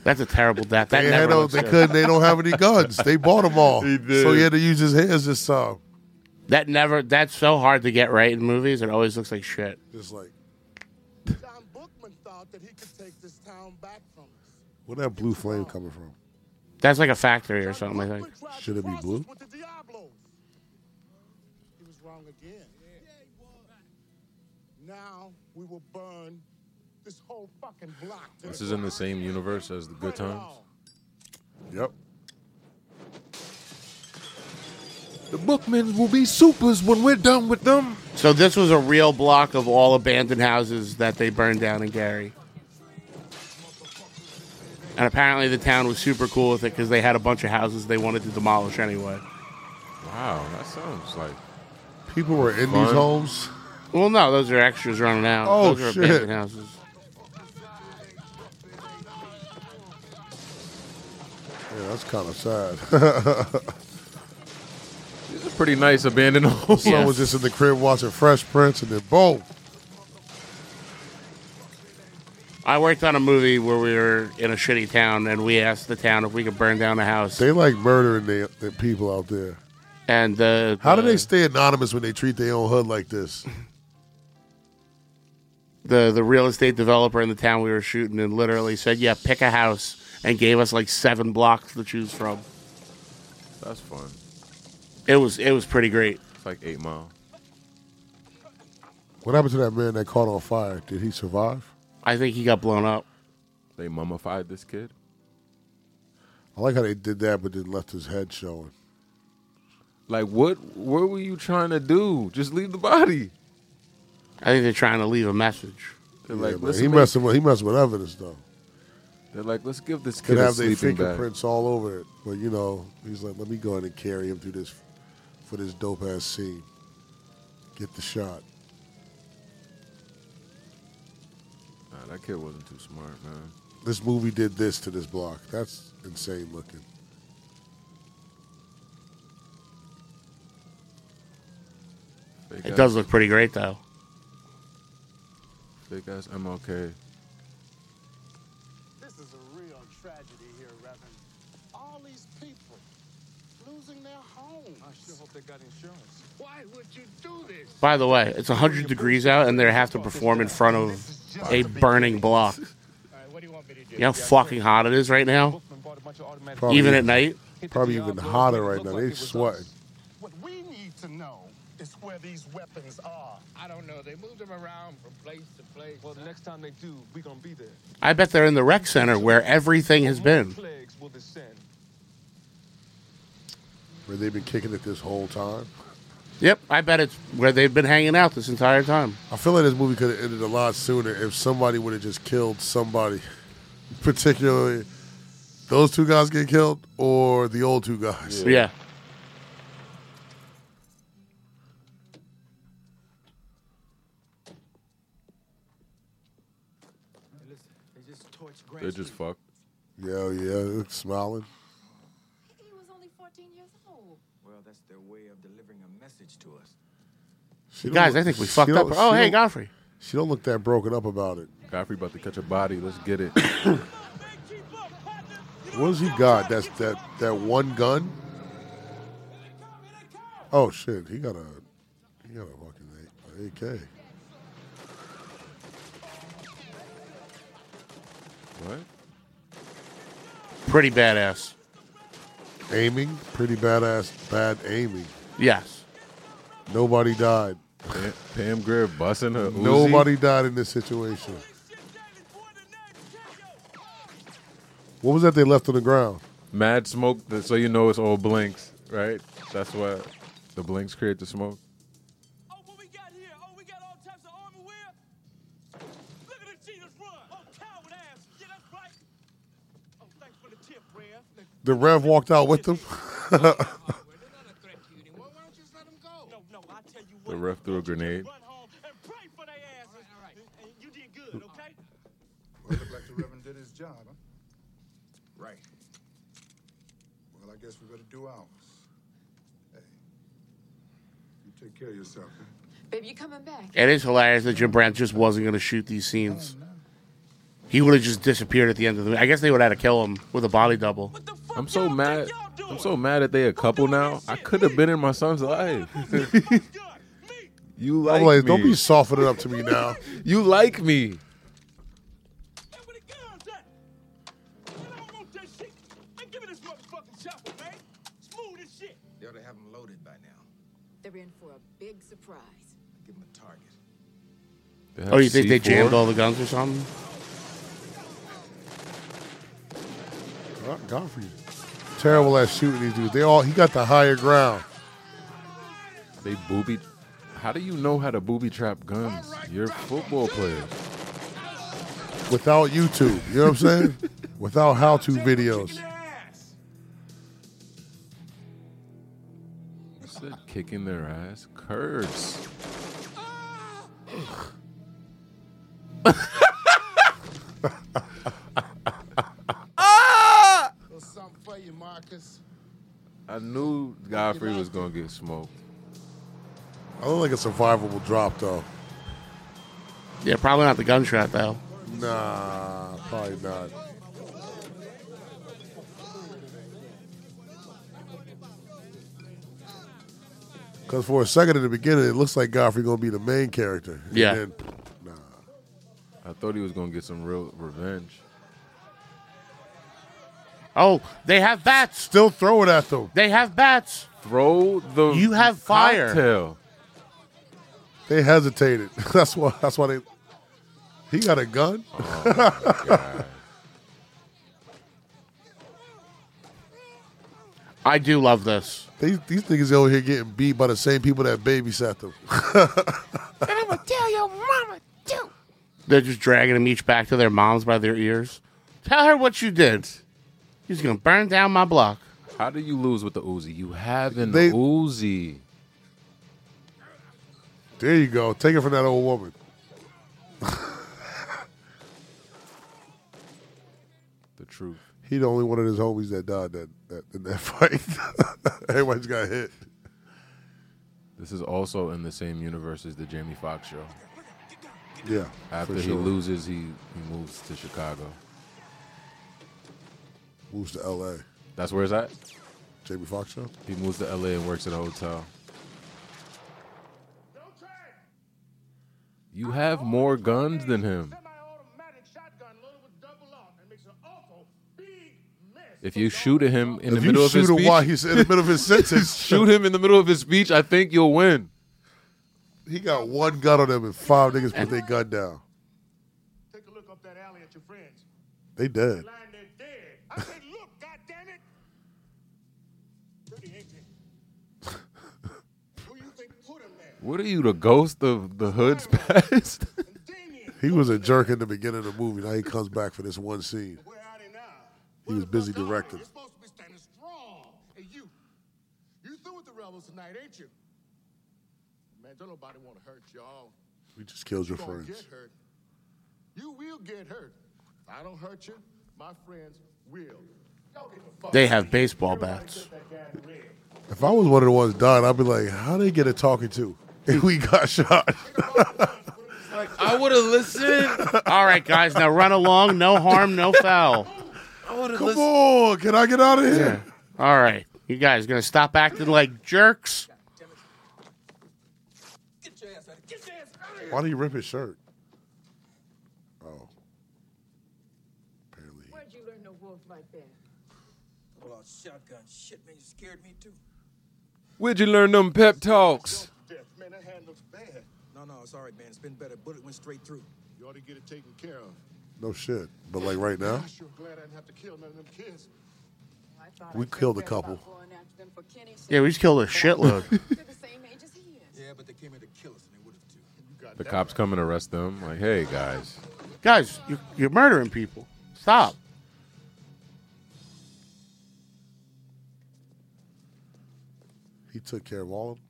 That's a terrible death. That
They
never
had no,
looks
they
good.
couldn't. They don't have any guns. They bought them all,
[laughs] He did.
so he had to use his hands this time.
That never. That's so hard to get right in movies. It always looks like shit.
Just like. Where that blue flame coming from?
That's like a factory or something. I think.
Should it be blue?
He was wrong again. Now we will burn this whole fucking block. to
This
the
is in the same universe as the Good Times.
Yep.
The Bookmans will be supers when we're done with them.
So this was a real block of all abandoned houses that they burned down in Gary. And apparently the town was super cool with it because they had a bunch of houses they wanted to demolish anyway.
Wow, that sounds like
People were in these
Fun.
homes.
Well, no, those are extras running out.
Oh,
those are
shit.
abandoned houses.
Yeah, that's kind of sad. [laughs]
these are pretty nice abandoned homes.
Someone was just in the crib watching Fresh Prince, and then boom.
I worked on a movie where we were in a shitty town and we asked the town if we could burn down the house.
They like murdering the, the people out there.
and the,
How do
the,
they stay anonymous when they treat their own hood like this?
the the real estate developer in the town we were shooting in literally said, "Yeah, pick a house," and gave us like seven blocks to choose from.
That's fun.
It was it was pretty great.
It's like Eight Mile.
What happened to that man that caught on fire? Did he survive?
I think he got blown up.
They mummified this kid.
I like how they did that, but then left his head showing.
Like what? What were you trying to do? Just leave the body.
I think they're trying to leave a message.
They're
Yeah,
like,
man,
listen,
he
man."
messing with he messing with evidence though.
They're like, let's give this
Could
kid a
have their
sleeping bag.
fingerprints all over it, but you know, he's like, let me go ahead and carry him through this for this dope ass scene. Get the shot.
Nah, that kid wasn't too smart, man.
This movie did this to this block. That's insane looking.
Fake
It
ass-
does look pretty great though.
Fake ass MLK.
This is a real tragedy here, Reverend. All these people losing their homes. I sure hope they got insurance. Why would you do this?
By the way, it's 100 degrees out, and they have to perform in front of a burning block. You know how fucking hot it is right now?
Oh,
Even at night?
Probably even hotter right now.
uh,
They sweating.
What we need to know is where these weapons are. I don't know. They moved them around from place to place. Well, the next time they do, we're going to be there.
I bet they're in the rec center where everything has been.
Plagues will descend.
Where they've been kicking it this whole time.
Yep, I bet it's where they've been hanging out this entire time.
I feel like this movie could have ended a lot sooner if somebody would have just killed somebody, particularly those two guys get killed or the old two guys.
Yeah.
They're just fucked.
Yeah, yeah, it's smiling.
He was only 14 years old.
Well, that's their way of delivering a message to us.
She don't
Guys,
look-
I think we
she
fucked up.
don't-
Oh,
she
hey,
don't-
Godfrey.
She don't look that broken up about it.
Godfrey about to catch a body. Let's get
[coughs]
it.
What does he got? That's that that one gun. Oh shit, he got a he got a fucking A- a AK.
What?
Pretty badass.
Aiming, pretty badass, bad aiming.
Yes.
Nobody died.
Pam, Pam Grier busting her. Uzi?
Nobody died in this situation. What was that they left on the ground?
Mad smoke, th- so you know it's all blinks, right? That's why the blinks create the smoke.
Oh, Oh,
The Rev walked out with them. [laughs]
The ref threw a grenade. Mm.
Well, it looked like the Reverend did his job, huh?
Right.
Well, I guess we better do ours. Hey, you take care of yourself, huh?
Babe, you coming back?
It is hilarious that Jim Brandt just wasn't going to shoot these scenes. He would have just disappeared at the end of the movie. I guess they would have had to kill him with a body double.
I'm so mad. I'm so mad that they a couple now. I could have been in my son's [laughs] life. you like
I'm like,
me.
don't be softening up to me now.
You like me.
They ought to have him loaded by now.
They're in for a big surprise.
Give him a target.
Oh, you think they jammed all the guns or something?
God- Godfrey, terrible at shooting these dudes. They all he got the higher ground.
They booby. How do you know how to booby trap guns? You're football players.
without YouTube. You know what I'm saying? without how-to videos.
That's it. Kicking their ass. Curves.
Little something for you, Marcus.
I knew Godfrey was gonna get smoked.
I look like a survivable drop though.
Yeah, probably not the gunshot, though.
Nah, probably not. Because for a second at the beginning, it looks like Godfrey gonna be the main character. And
Yeah.
then- nah.
I thought he was gonna get some real revenge.
Oh, they have bats.
Still throw it at them.
They have bats.
Throw the.
You have fire.
Cocktail.
They hesitated. [laughs] That's why. That's why they. He got a gun.
God.
I do love this.
These, these niggas over here getting beat by the same people that babysat them. [laughs]
And I'm gonna tell your mama too.
They're just dragging them each back to their moms by their ears. Tell her what you did. He's going to burn down my block.
How do you lose with the Uzi? You have an
They-
Uzi.
there you go. Take it from that old woman.
The truth.
He the only one of his homies that died that, that in that [laughs] fight. Everybody's got hit.
This is also in the same universe as the Jamie Foxx show.
Yeah,
After
for
he
sure.
loses, he, he moves to Chicago.
Moves to L.A.
That's where it's at.
Jamie Foxx show.
He moves to LA and works at a hotel. You have more guns than him. If you shoot at him in the
If you
middle of his
shoot him
speech,
while he's in the middle of
[laughs]
his sentence.
shoot him in the middle of his speech. I think you'll win.
He got one gun on him and five niggas put their gun down. They dead.
What are you, the ghost of the hood's [laughs] past?
He was a jerk in the beginning of the movie. Now he comes back for this one scene. He was busy directing.
Hey, you. You through with the rebels tonight, ain't you? Man, don't nobody want to hurt y'all.
We just killed your
You gonna
friends.
get hurt. You will get hurt. If I don't hurt you, my friends will.
They have baseball bats.
If I was one of the ones dying, I'd be like, how they get a talking to if we got shot? [laughs]
I would have listened. All right, guys, now run along. No harm, no foul.
Come on, can I get out of here?
All right, you guys gonna stop acting like jerks?
Why do you rip his shirt? Oh.
Where'd you learn to walk like that? Oh,
Pull out shotgun. Shit, man, you scared me too.
Where'd you learn them pep talks?
No, no, it's all right, man. It's been better. Bullet went straight through. You ought to get it taken care of.
No shit. But like right now,
Sure glad I didn't have to kill none of them kids.
we killed a couple.
Yeah, we just killed a shitload.
Yeah, but they came here to kill us, and they would have too. You got
The cops come and arrest them. Like, hey guys,
guys, you're, you're murdering people. Stop.
He took care of all of them.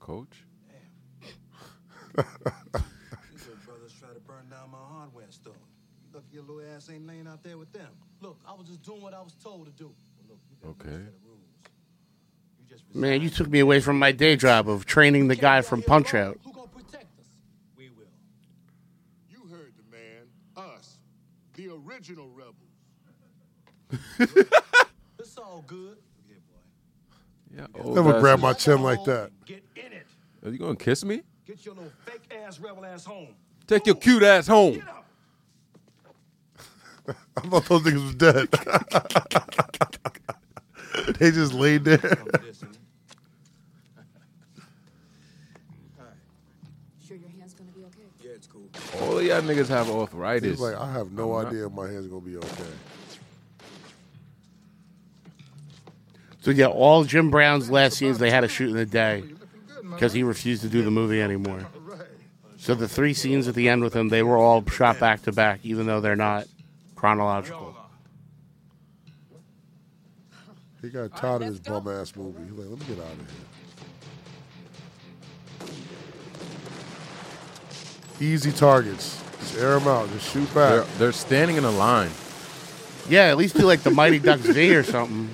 coach.
These little brothers try to burn down my hardware store. You lucky your little ass ain't laying out there with them.
Look, I was just doing what I was told to do.
Okay.
Man, you took me away from my day job of training the guy from Punch Out.
You heard the man. Us. The original rebels.
It's all good.
Yeah,
Never grab my chin like that. [laughs]
Get in it.
Are you gonna kiss me?
Get your little fake ass rebel ass home.
Take your cute ass home.
I thought those niggas was dead. [laughs] they just laid there.
Sure your hand's gonna be okay?
Yeah, it's
[laughs]
cool.
All of y'all niggas have arthritis.
He's like, I have no
I'm not-
idea if my hand's gonna be okay.
So yeah, all Jim Brown's last scenes they had to shoot in the day because he refused to do the movie anymore. So the three scenes at the end with him, they were all shot back to back, even though they're not chronological.
He got tired of this bum ass movie. He's like, let me get out of here. Easy targets. Just air them out. Just shoot back.
They're, they're standing in a line.
Yeah, at least do like the Mighty Ducks Z or something.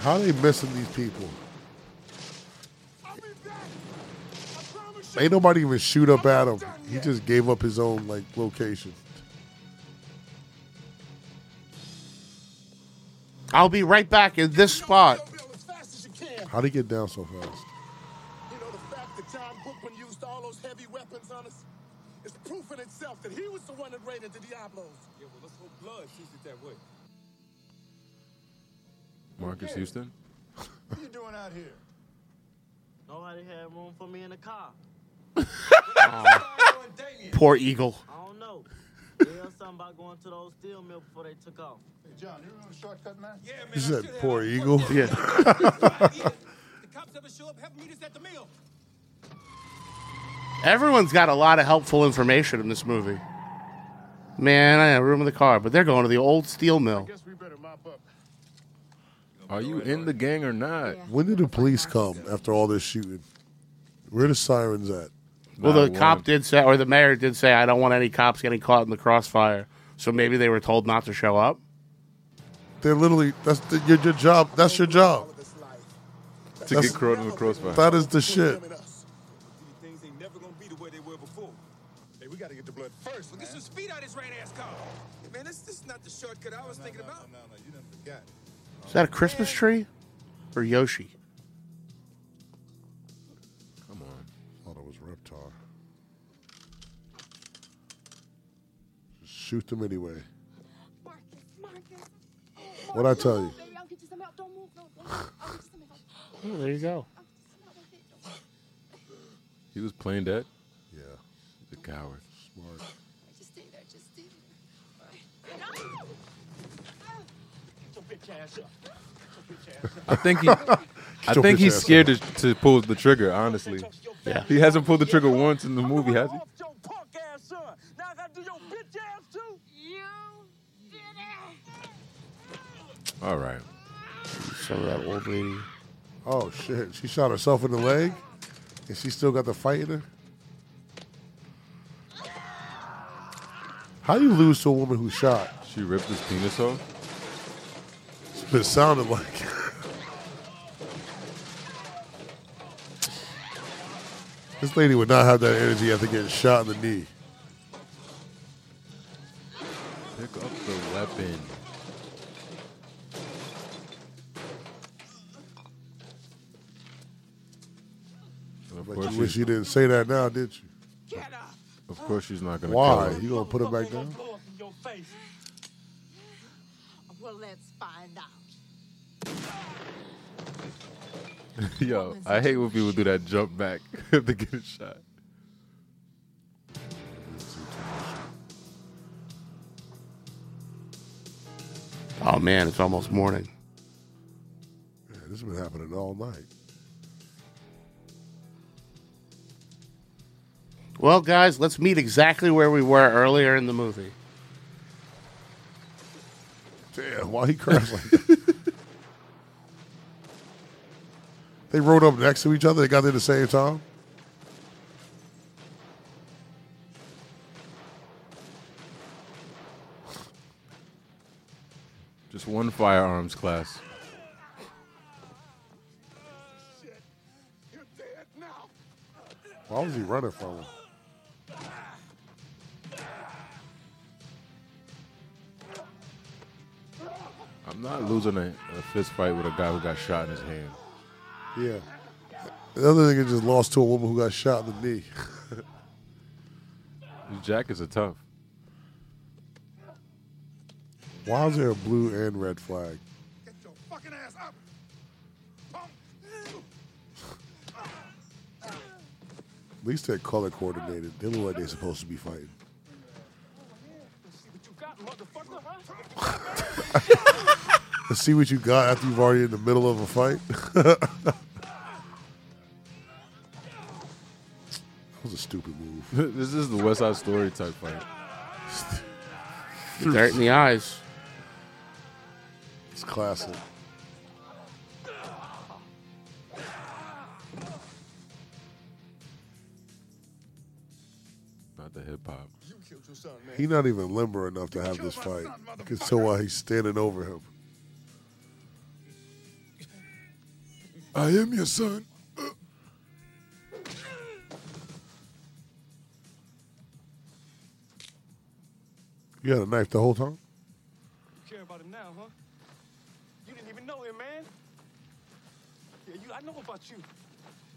How they missing these people? Ain't nobody even shoot up at him. He just gave up his own like location.
I'll be right back in this spot.
How would he get down so fast?
It's proof in itself that he was the one that raided the Diablos. Yeah, well, let's hope blood sees it that way.
Marcus Houston.
What you doing out here?
Nobody had room for me in the car.
Aw. Poor Eagle.
I
[laughs]
don't know. They heard something about going to those steel mill before they took off.
Hey, John, you remember Shortcut Man? Yeah,
He said, "Poor eagle." [laughs] Yeah.
Everyone's got a lot of helpful information in this movie. Man, I have room in the car, but they're going to the old steel mill.
Are you in the gang or not?
When did the police come after all this shooting? Where the sirens at?
Well, the cop did say, or the mayor did say, I don't want any cops getting caught in the crossfire. So maybe they were told not to show up.
They're literally that's the, your, your job. That's your job.
To
That's-
get caught in the crossfire.
That is the shit.
Hey, we gotta get the blood first.
Look, get some speed out of this right ass car. Man, this, this is not the shortcut I was thinking about. No, no, you done forgot.
Is that a Christmas tree or Yoshi?
Come on.
Thought it was Reptar. Shoot them anyway. What I tell you?
Oh, there you go.
He was playing dead.
Yeah.
He's a coward.
Smart. [laughs]
I think [laughs] he. I
your
think
bitch
he's
ass
scared to, to pull the trigger. Honestly,
Yeah.
he hasn't pulled the trigger once in the movie, has he? All right.
Some of that old lady.
Oh shit! She shot herself in the leg, and she still got the fight in her. How you lose to a woman who shot?
She ripped his penis off.
It sounded like. [laughs] this lady would not have that energy after getting shot in the knee.
Pick up the weapon. Of
But
course,
you wish
she's-
you didn't say that now, did you?
of course she's not gonna.
Why?
Kill him.
You gonna put it back [laughs] down?
Well, let's find out.
Yo, I hate when people do that jump back [laughs] to get a shot.
Oh man, it's almost morning.
Yeah, this has been happening all night.
Well, guys, let's meet exactly where we were earlier in the movie.
Damn, why he crashed like [laughs] that? They rode up next to each other. They got there at the same time.
Just one firearms class.
Why was he running from him?
I'm not losing a, a fist fight with a guy who got shot in his hand.
Yeah. The other nigga just lost to a woman who got shot in the knee.
These jackets are tough. [laughs]
Why is there a blue and red flag?
Fucking ass up.
At least they're color coordinated. They look like they're supposed to
[laughs]
be fighting. Let's see what you got after you've already in the middle of a fight. [laughs] that was a stupid move.
this is the West Side Story type fight.
Dirt in the eyes.
It's classic.
Not the hip hop.
He's not even limber enough to have this fight. You can tell why he's standing over him. I am your son. You had a knife the whole time?
You care about him now, huh? You didn't even know him, man. Yeah, you, I know about you.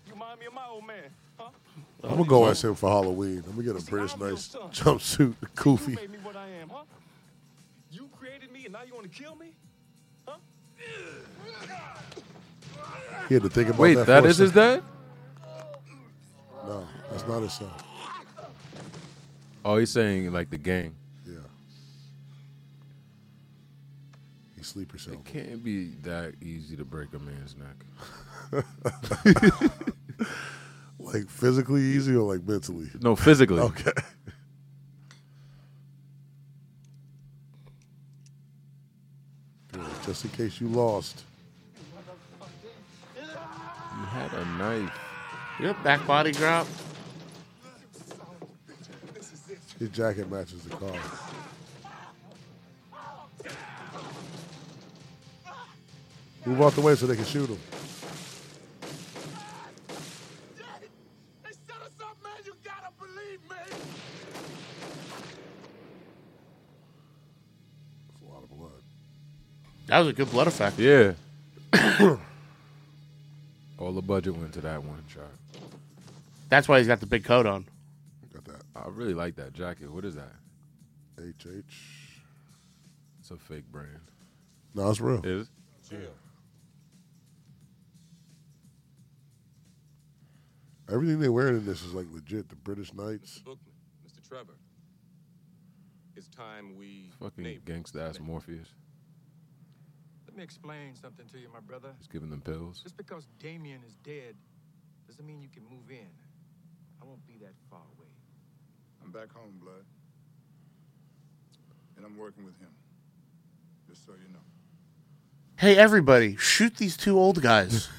You remind me of my old man, huh?
I'm gonna go as him for Halloween. I'm gonna get a British nice jumpsuit, [laughs]
You
koofy.
made me what I am, huh? You created me, and now you want to kill me?
He had to think about
Wait,
that.
that
for a
is his dad?
second. No, that's not his son.
Oh, he's saying like the gang.
Yeah. He sleep yourself.
It can't be that easy to break a man's neck.
Like physically easy or like mentally?
[laughs] No, physically.
okay. [laughs] Yeah, Just in case you lost.
You had a knife.
Yep, back body drop.
His jacket matches the car. Move out the way so they can shoot him.
That was a good blood effect.
Yeah. [coughs] All the budget went to that one shot.
That's why he's got the big coat on.
I really like that jacket. What is that?
HH.
It's a fake brand.
No, it's real.
It is?
Everything they're wearing in this is like legit. The British Knights.
Bookman, Mr. Trevor. It's time we.
Fucking gangsta ass Morpheus.
Let me explain something to you, my brother.
He's giving them pills.
Just because Damien is dead doesn't mean you can move in. I won't be that far away.
I'm back home, blood. And I'm working with him. Just so you know.
Hey, everybody, shoot these two old guys.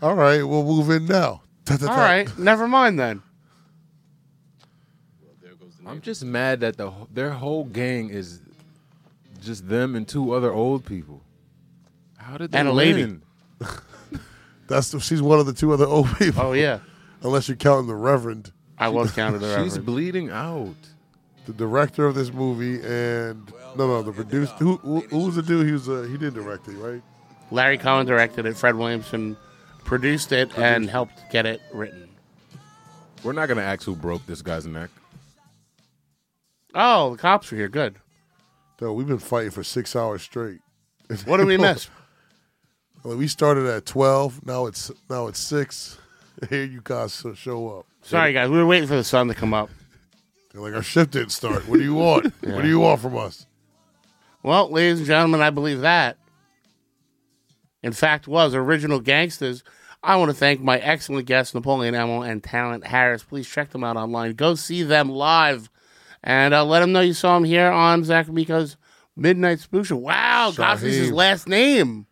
All right, we'll move in now.
All right, never mind then.
Well, there goes the
I'm just mad that the wh- their whole gang is just them and two other old people. How did they
And a lady.
win?
That's the, she's one of the two other old people.
Oh, yeah.
unless you're counting the Reverend.
I was counting the
She's
Reverend.
bleeding out.
The director of this movie and no, no, the producer. Who, who, who was the dude? He was. Uh, he did direct it, right?
Larry Cohen directed it. Fred Williamson produced it and helped get it written.
We're not gonna ask who broke this guy's neck.
Oh, the cops are here. Good.
No, we've been fighting for six hours straight.
What did we miss?
Well, we started at twelve. Now it's now it's six. [laughs] Here you guys show up.
Sorry, guys. We were waiting for the sun to come up.
They're like, our shift didn't start. What do you want? What do you want from us?
Well, ladies and gentlemen, I believe that, in fact, was Original Gangsters. I want to thank my excellent guests, Napoleon Emmel and Talent Harris. Please check them out online. Go see them live and uh, let them know you saw them here on Zach and Miko's Midnight Spook Show. Wow, Godfrey's his
Shaheem.
last name.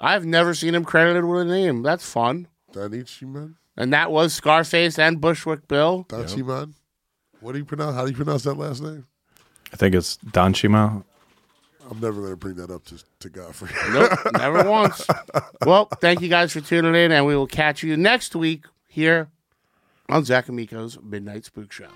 I've never seen him credited with a name. That's fun.
Danichi man.
And that was Scarface and Bushwick Bill.
Danichi man. What do you pronounce? How do you pronounce that last name?
I think it's Danchima.
I'm never going to bring that up to, to Godfrey.
Nope, never once. Well, thank you guys for tuning in, and we will catch you next week here on Zach and Miko's Midnight Spook Show.